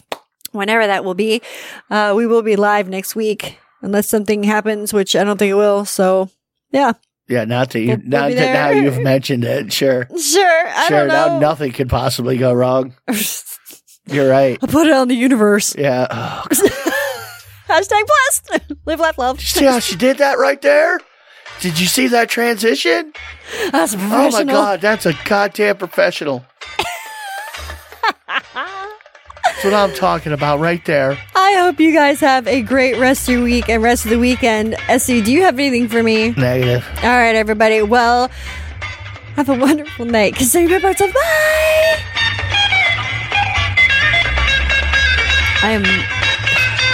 Speaker 2: whenever that will be. Uh, we will be live next week unless something happens, which I don't think it will. So yeah,
Speaker 1: Yeah, not that you
Speaker 2: We'll- we'll
Speaker 1: not
Speaker 2: be
Speaker 1: that now
Speaker 2: there.
Speaker 1: you've mentioned it. Sure.
Speaker 2: sure. I
Speaker 1: sure,
Speaker 2: don't
Speaker 1: now
Speaker 2: know.
Speaker 1: nothing could possibly go wrong. You're right.
Speaker 2: I put it on the universe.
Speaker 1: Yeah. Oh,
Speaker 2: Hashtag blessed. Live, laugh, love.
Speaker 1: did you see how she did that right there? Did you see that transition?
Speaker 2: That's a
Speaker 1: Oh my
Speaker 2: professional.
Speaker 1: god, that's a goddamn professional. that's what I'm talking about right there.
Speaker 2: I hope you guys have a great rest of your week and rest of the weekend. Essie, do you have anything for me?
Speaker 1: Negative.
Speaker 2: All right, everybody. Well, have a wonderful night. Consider your parts of bye. I am.